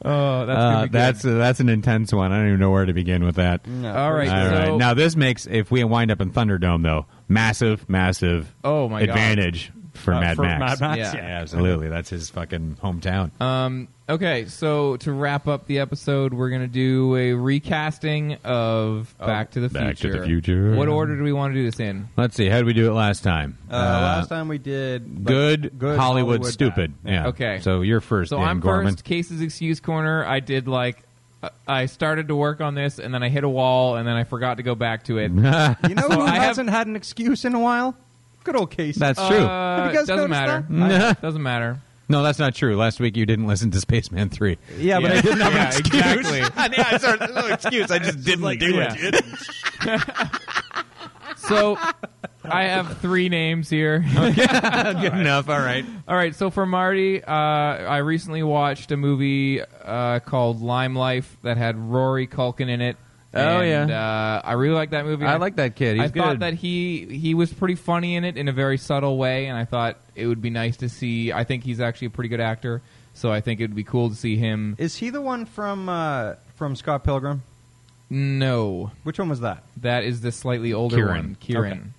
Oh, that's gonna Uh, be good. that's uh, that's an intense one. I don't even know where to begin with that. all right. All right. so, Now this makes if we wind up in Thunderdome though, massive, massive. Oh, my God. advantage for Uh, Mad for Max. Mad Max, Yeah. yeah. absolutely. That's his fucking hometown. Um, okay, so to wrap up the episode, we're going to do a recasting of Back to the Future. Oh, Back to the Future. What order do we want to do this in? Let's see. How did we do it last time? Uh, last time we did good, good Hollywood, bad. stupid. Yeah. Okay. So you're first, So Dan I'm Gorman. first, Case's Excuse Corner. I did like. uh, I started to work on this, and then I hit a wall, and then I forgot to go back to it. Uh, You know who I have- hasn't had an excuse in a while? Good old Casey. Oh, That's true. Uh, you guys doesn't noticed matter. that? I- doesn't matter. no, that's not true. Last week you didn't listen to Spaceman Three. yeah, but I didn't have Yeah, an excuse. exactly. yeah, sorry, no excuse. I just didn't do yeah. So I have three names here. Good enough. All right. All right, so for Marty, uh, I recently watched a movie uh, called Lime Life that had Rory Culkin in it. Oh, And, yeah. Uh, I really like that movie. I like that kid. He's I thought good. that he he was pretty funny in it in a very subtle way, and I thought it would be nice to see. I think he's actually a pretty good actor, so I think it would be cool to see him. Is he the one from uh, from Scott Pilgrim? No, Which one was that? that is the slightly older Kieran. one, Kieran.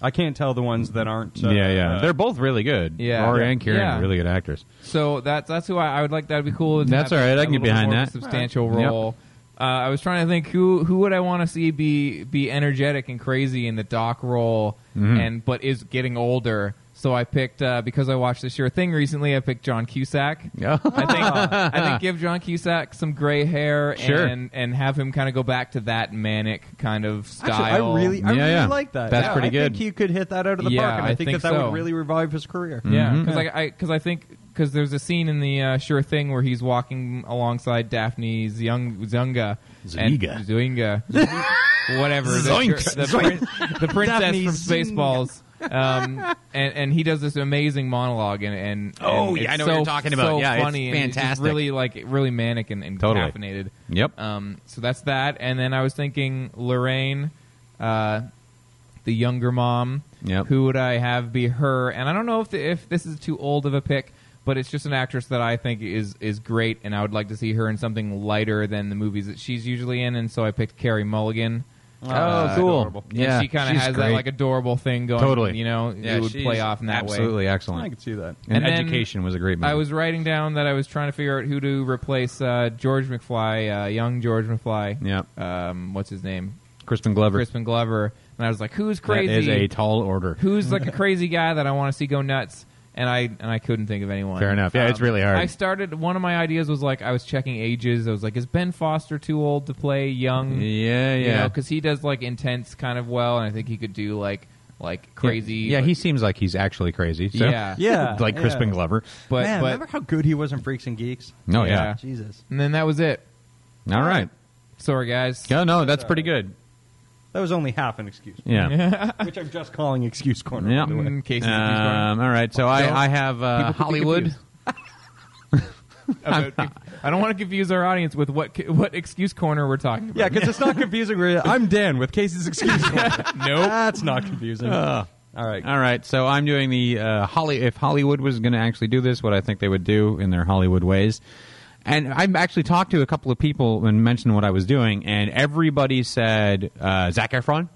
I can't tell the ones that aren't. Uh, yeah, yeah. uh, They're both really good. Yeah. Rory and Kieran, Yeah. are really good actors. So that's that's who I, I would like. That'd be cool. to That's have all right. I a can get little bit behind more of a that. substantial Yep. role. Uh, I was trying to think who who would I want to see be be energetic and crazy in the doc role, Mm-hmm. and but is getting older. So I picked uh, because I watched The Sure Thing recently. I picked John Cusack. Yeah. I think I think give John Cusack some gray hair Sure. and and have him kind of go back to that manic kind of style. Actually, I really, I Yeah, really yeah. like that. That's Yeah, pretty I good. think he could hit that out of the Yeah, park, and I, I think, think that that so. would really revive his career. Mm-hmm. Yeah, because I because I think because there's a scene in the uh, Sure Thing where he's walking alongside Daphne Zung, Zunga and Zuniga. Zunga, whatever the, Zoinks. the, prin- the princess from Spaceballs. Um, and and he does this amazing monologue and and Oh, and yeah, it's I know what so- you're talking about. so Yeah, it's funny and just fantastic. really like really manic and, and Totally. caffeinated. Yep. Um, so that's that. And then I was thinking Lorraine, uh, the younger mom. Yep. Who would I have be her? And I don't know if the, if this is too old of a pick, but it's just an actress that I think is is great, and I would like to see her in something lighter than the movies that she's usually in. And so I picked Carrie Mulligan. Oh, cool. Yeah, and she kind of she's has that great. like adorable thing going. Totally. You know, it would she's play off in that way. Absolutely excellent. I could see that. And, And then education was a great movie. I was writing down that I was trying to figure out who to replace uh, George McFly, uh, young George McFly. Yeah. Um, what's his name? Crispin Glover. Crispin Glover. And I was like, who's That crazy? is a tall order. who's like a crazy guy that I want to see go nuts? And I and I couldn't think of anyone. Fair enough. Yeah, it's really hard. I started. One of my ideas was like I was checking ages. I was like, is Ben Foster too old to play young? Yeah, You know, yeah. because he does like intense kind of well, and I think he could do like like crazy. Yeah, he seems like he's actually crazy. So. Yeah. Yeah, like yeah. Crispin Glover. But Man, but remember how good he was in Freaks and Geeks? No, Yeah. Oh, yeah. Jesus, and then that was it. All right. Sorry, guys. No, no, that's pretty good. that was only half an excuse, Yeah. which I'm just calling excuse corner. yeah. by the way. Mm, Casey, Um, all right. So I, I have uh, Hollywood. about- I don't want to confuse our audience with what what excuse corner we're talking about. Yeah, because it's not confusing. really. I'm Dan with Casey's excuse corner. Nope. Uh, oh. That's not confusing. All right. All right, so I'm doing the uh, Holly. If Hollywood was going to actually do this, what I think they would do in their Hollywood ways, and I've actually talked to a couple of people and mentioned what I was doing, and everybody said uh, Zac Efron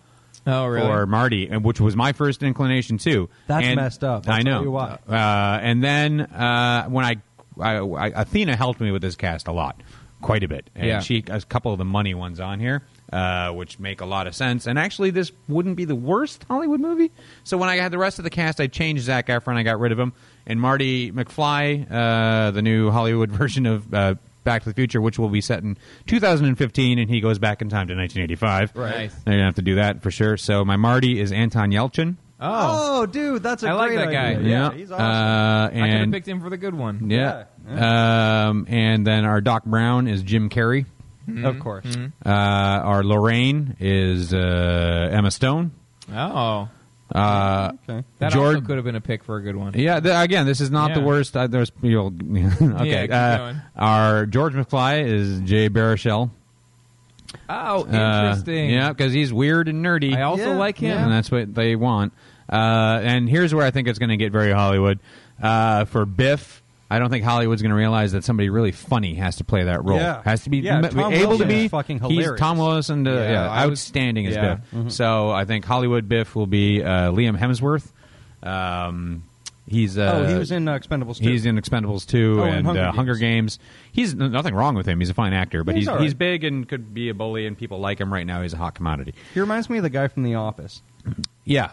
Oh, really? or Marty, and- which was my first inclination too. That's And- messed up. I'll I know. tell you why. Uh, and then uh, when I, I, I- Athena helped me with this cast a lot, quite a bit, and Yeah. she a couple of the money ones on here. Uh, which make a lot of sense, and actually, this wouldn't be the worst Hollywood movie. So when I had the rest of the cast, I changed Zach Efron, I got rid of him, and Marty McFly, uh, the new Hollywood version of uh, Back to the Future, which will be set in 2015, and he goes back in time to 1985. Right. Nice. They're gonna have to do that for sure. So my Marty is Anton Yelchin. oh, Oh, dude, that's a I like great that guy. idea. yeah, he's awesome. Uh, I could have and picked him for the good one. yeah, Um, and then our Doc Brown is Jim Carrey. of course. Uh, our Lorraine is uh, Emma Stone. Oh, Uh, Okay. that Jordan- also could have been a pick for a good one. yeah, th- again, this is not Yeah. the worst. Uh, there's you'll, okay. Yeah, keep uh, going. Our George McFly is Jay Baruchel. Oh, Uh, interesting. yeah, because he's weird and nerdy. I also Yeah. like him. and that's what they want. Uh, and here's where I think it's going to get very Hollywood. Uh, for Biff, I don't think Hollywood's going to realize that somebody really funny has to play that role. Yeah. Has to be, Yeah, m- be Tom able to Wilson be is fucking He's hilarious. Tom Wilson, uh, yeah, Yeah, I was- outstanding as yeah. mm-hmm. Biff. So I think Hollywood Biff will be uh, Liam Hemsworth. Um, he's uh, oh, he was in uh, Expendables. Too. He's in Expendables 2 Oh, and, and Hunger uh, Games. Hunger Games. He's n- nothing wrong with him. He's a fine actor, but He's he's, all right. he's big and could be a bully, and people like him right now. He's a hot commodity. He reminds me of the guy from The Office, Yeah,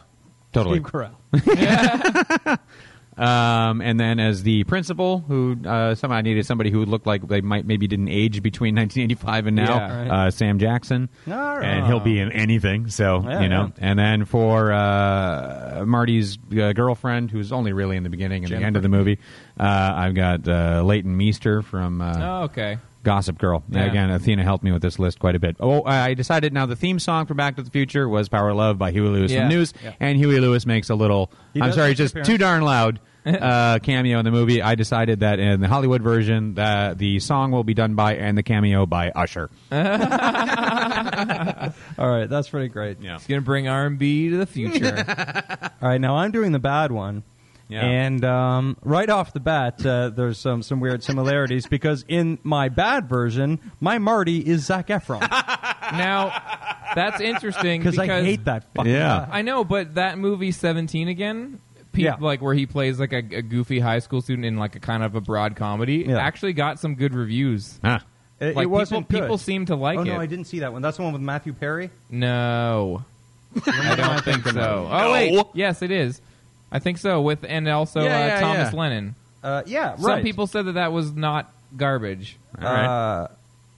totally. Steve Carell. Um, and then as the principal, who uh, somehow needed somebody who looked like they might maybe didn't age between 1985 and now, Yeah, right. uh, Sam Jackson, All right. and he'll be in anything. So Yeah, you know. yeah. And then for uh, Marty's uh, girlfriend, who's only really in the beginning and the end of the movie, uh, I've got uh, Leighton Meester from uh, Oh, okay. Gossip Girl. Yeah. Again, Athena helped me with this list quite a bit. Oh, I decided now the theme song for Back to the Future was Power of Love by Huey Lewis Yeah. and the News, Yeah. and Huey Lewis makes a little, He I'm does sorry, make an just appearance. too darn loud uh, cameo in the movie. I decided that in the Hollywood version, that the song will be done by and the cameo by Usher. All right, that's pretty great. Yeah. It's gonna bring R and B to the future. All right, now I'm doing the bad one. Yeah. And um, right off the bat, uh, there's some, some weird similarities because in my bad version, my Marty is Zach Efron now, that's interesting because I hate that fucking Yeah. guy. I know, but that movie Seventeen again, pe- Yeah. like where he plays like a, a goofy high school student in like a kind of a broad comedy, Yeah. actually got some good reviews. Huh. It, it Like, wasn't people- good. people seem to like oh, it. no, I didn't see that one. That's the one with Matthew Perry. No, I don't think so. Oh wait, yes, it is. I think so. With and also Yeah, uh, yeah, Thomas yeah. Lennon. Uh, yeah, right. Some people said that that was not garbage. All right. Uh,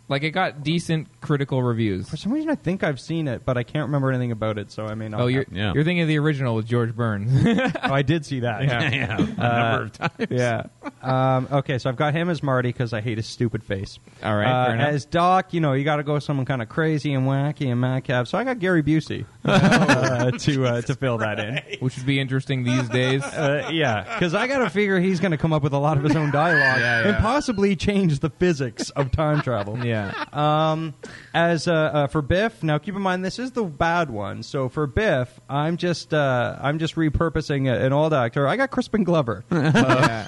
Like it got decent critical reviews. for some reason, I think I've seen it, but I can't remember anything about it, so I may not. Oh, you're Yeah. you're thinking of the original with George Burns. oh, I did see that. Yeah. yeah, a number of times. Yeah. um, okay, so I've got him as Marty because I hate his stupid face. All right, Uh, fair enough. as Doc, you know, you got to go with someone kind of crazy and wacky and madcap. So I got Gary Busey uh, to uh, to fill that in. which would be interesting these days. Uh, yeah, because I got to figure he's going to come up with a lot of his own dialogue Yeah, yeah. and possibly change the physics of time travel. yeah. As uh, uh, for Biff, now keep in mind this is the bad one. So for Biff, I'm just uh, I'm just repurposing a- an old actor. I got Crispin Glover Uh, yeah.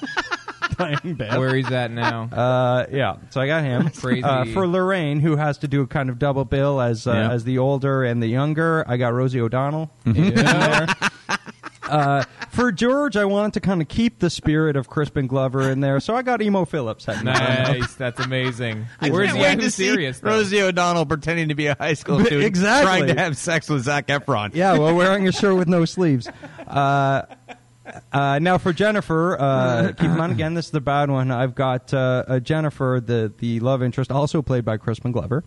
playing Biff. Where he's at now. Uh, yeah, so I got him. Crazy. Uh, for Lorraine, who has to do a kind of double bill as uh, Yeah. as the older and the younger, I got Rosie O'Donnell. Mm-hmm. in there. Uh, for George, I wanted to kind of keep the spirit of Crispin Glover in there, so I got Emo Phillips. heading down. nice. That's amazing. Where's Can't the wait to see serious? though? Rosie O'Donnell pretending to be a high school student, Exactly. trying to have sex with Zach Efron. Yeah, well, wearing a shirt with no sleeves. Uh, uh, now for Jennifer, uh, keep in mind again, this is the bad one. I've got uh, uh, Jennifer, the the love interest, also played by Crispin Glover.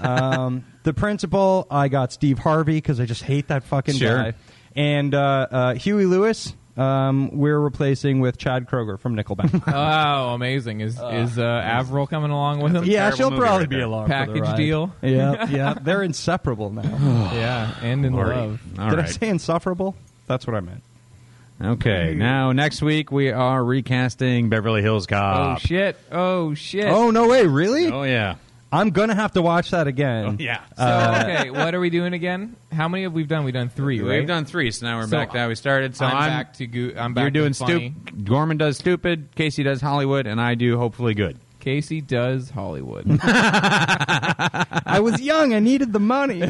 um, the principal, I got Steve Harvey because I just hate that fucking Sure. guy. And uh, uh, Huey Lewis, um, we're replacing with Chad Kroger from Nickelback. Oh, amazing. Is is uh, Avril coming along with him? yeah, terrible she'll movie probably right be there. along for the Package ride. deal. Yeah, yeah, they're inseparable now. Yeah, and in love. All Did I right. say insufferable? That's what I meant. Okay, now next week we are recasting Beverly Hills Oh Cop. shit. Oh shit. Oh no way! Really? Oh, yeah. I'm gonna have to watch that again. Oh, Yeah. Uh, So, uh, okay, what are we doing again? How many have we done? We've done three, right? We've done three, so now we're So, back to how we started. So I'm, I'm, back to go- I'm back. you're doing to funny. stupid. Gorman does stupid. Casey does Hollywood, and I do hopefully good. Casey does Hollywood. I was young. I needed the money.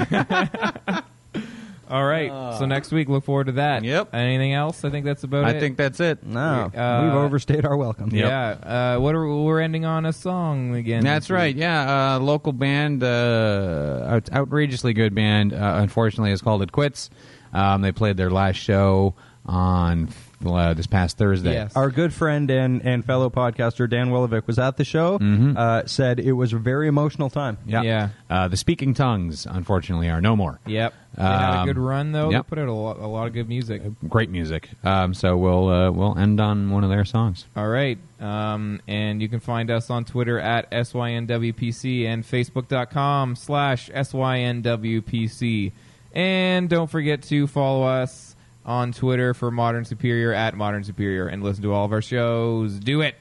All right. so next week, look forward to that. Ah. Yep. Anything else? I think that's about it. I think that's it. no, Uh, we've overstayed our welcome. Yep. Yeah. Uh, what are we're ending on a song again? That's this week. right. Yeah, uh, local band, uh, out- outrageously good band. Uh, unfortunately, has called it quits. Um, they played their last show on uh, this past Thursday. Yes. Our good friend and, and fellow podcaster Dan Willovic was at the show. Uh, said it was a very emotional time. Mm-hmm. Yeah. Yeah. Uh, the Speaking Tongues, unfortunately, are no more. Yep. They had a Um, good run though. yep. They put out a lot, a lot of good music. Great music. Um, so we'll uh, we'll end on one of their songs. All right. Um, and you can find us on Twitter at SYNWPC and Facebook.com slash SYNWPC. And don't forget to follow us on Twitter for Modern Superior at Modern Superior and listen to all of our shows. Do it.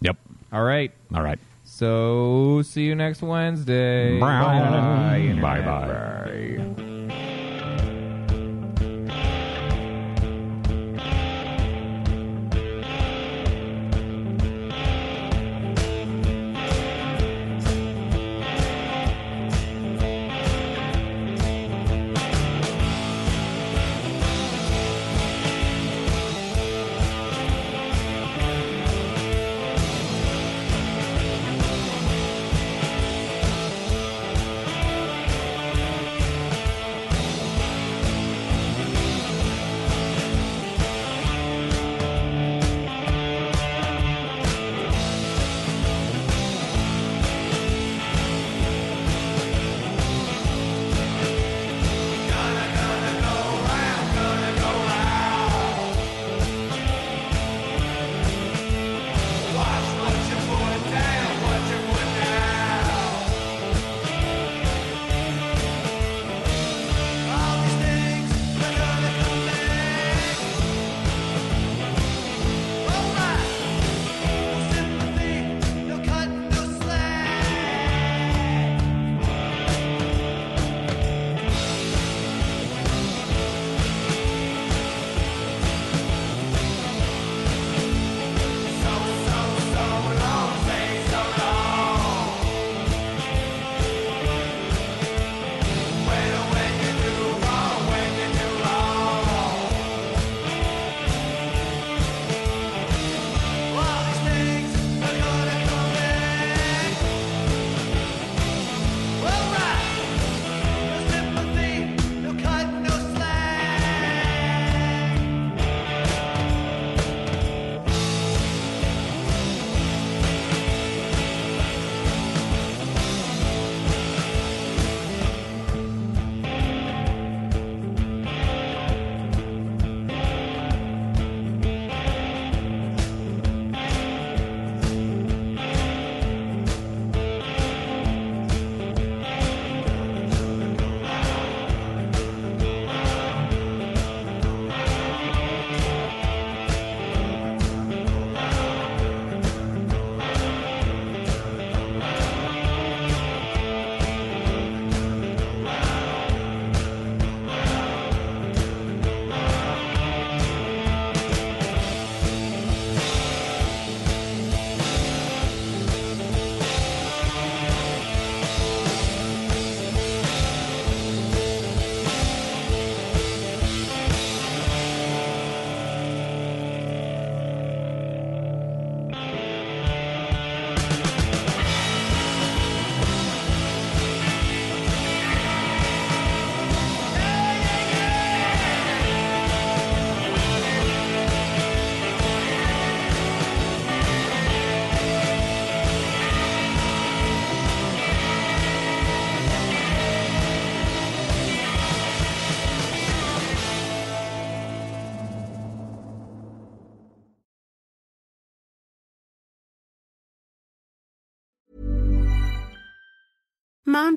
Yep. All right. All right. So see you next Wednesday. Bye. Internet. Bye bye. Bye. Mom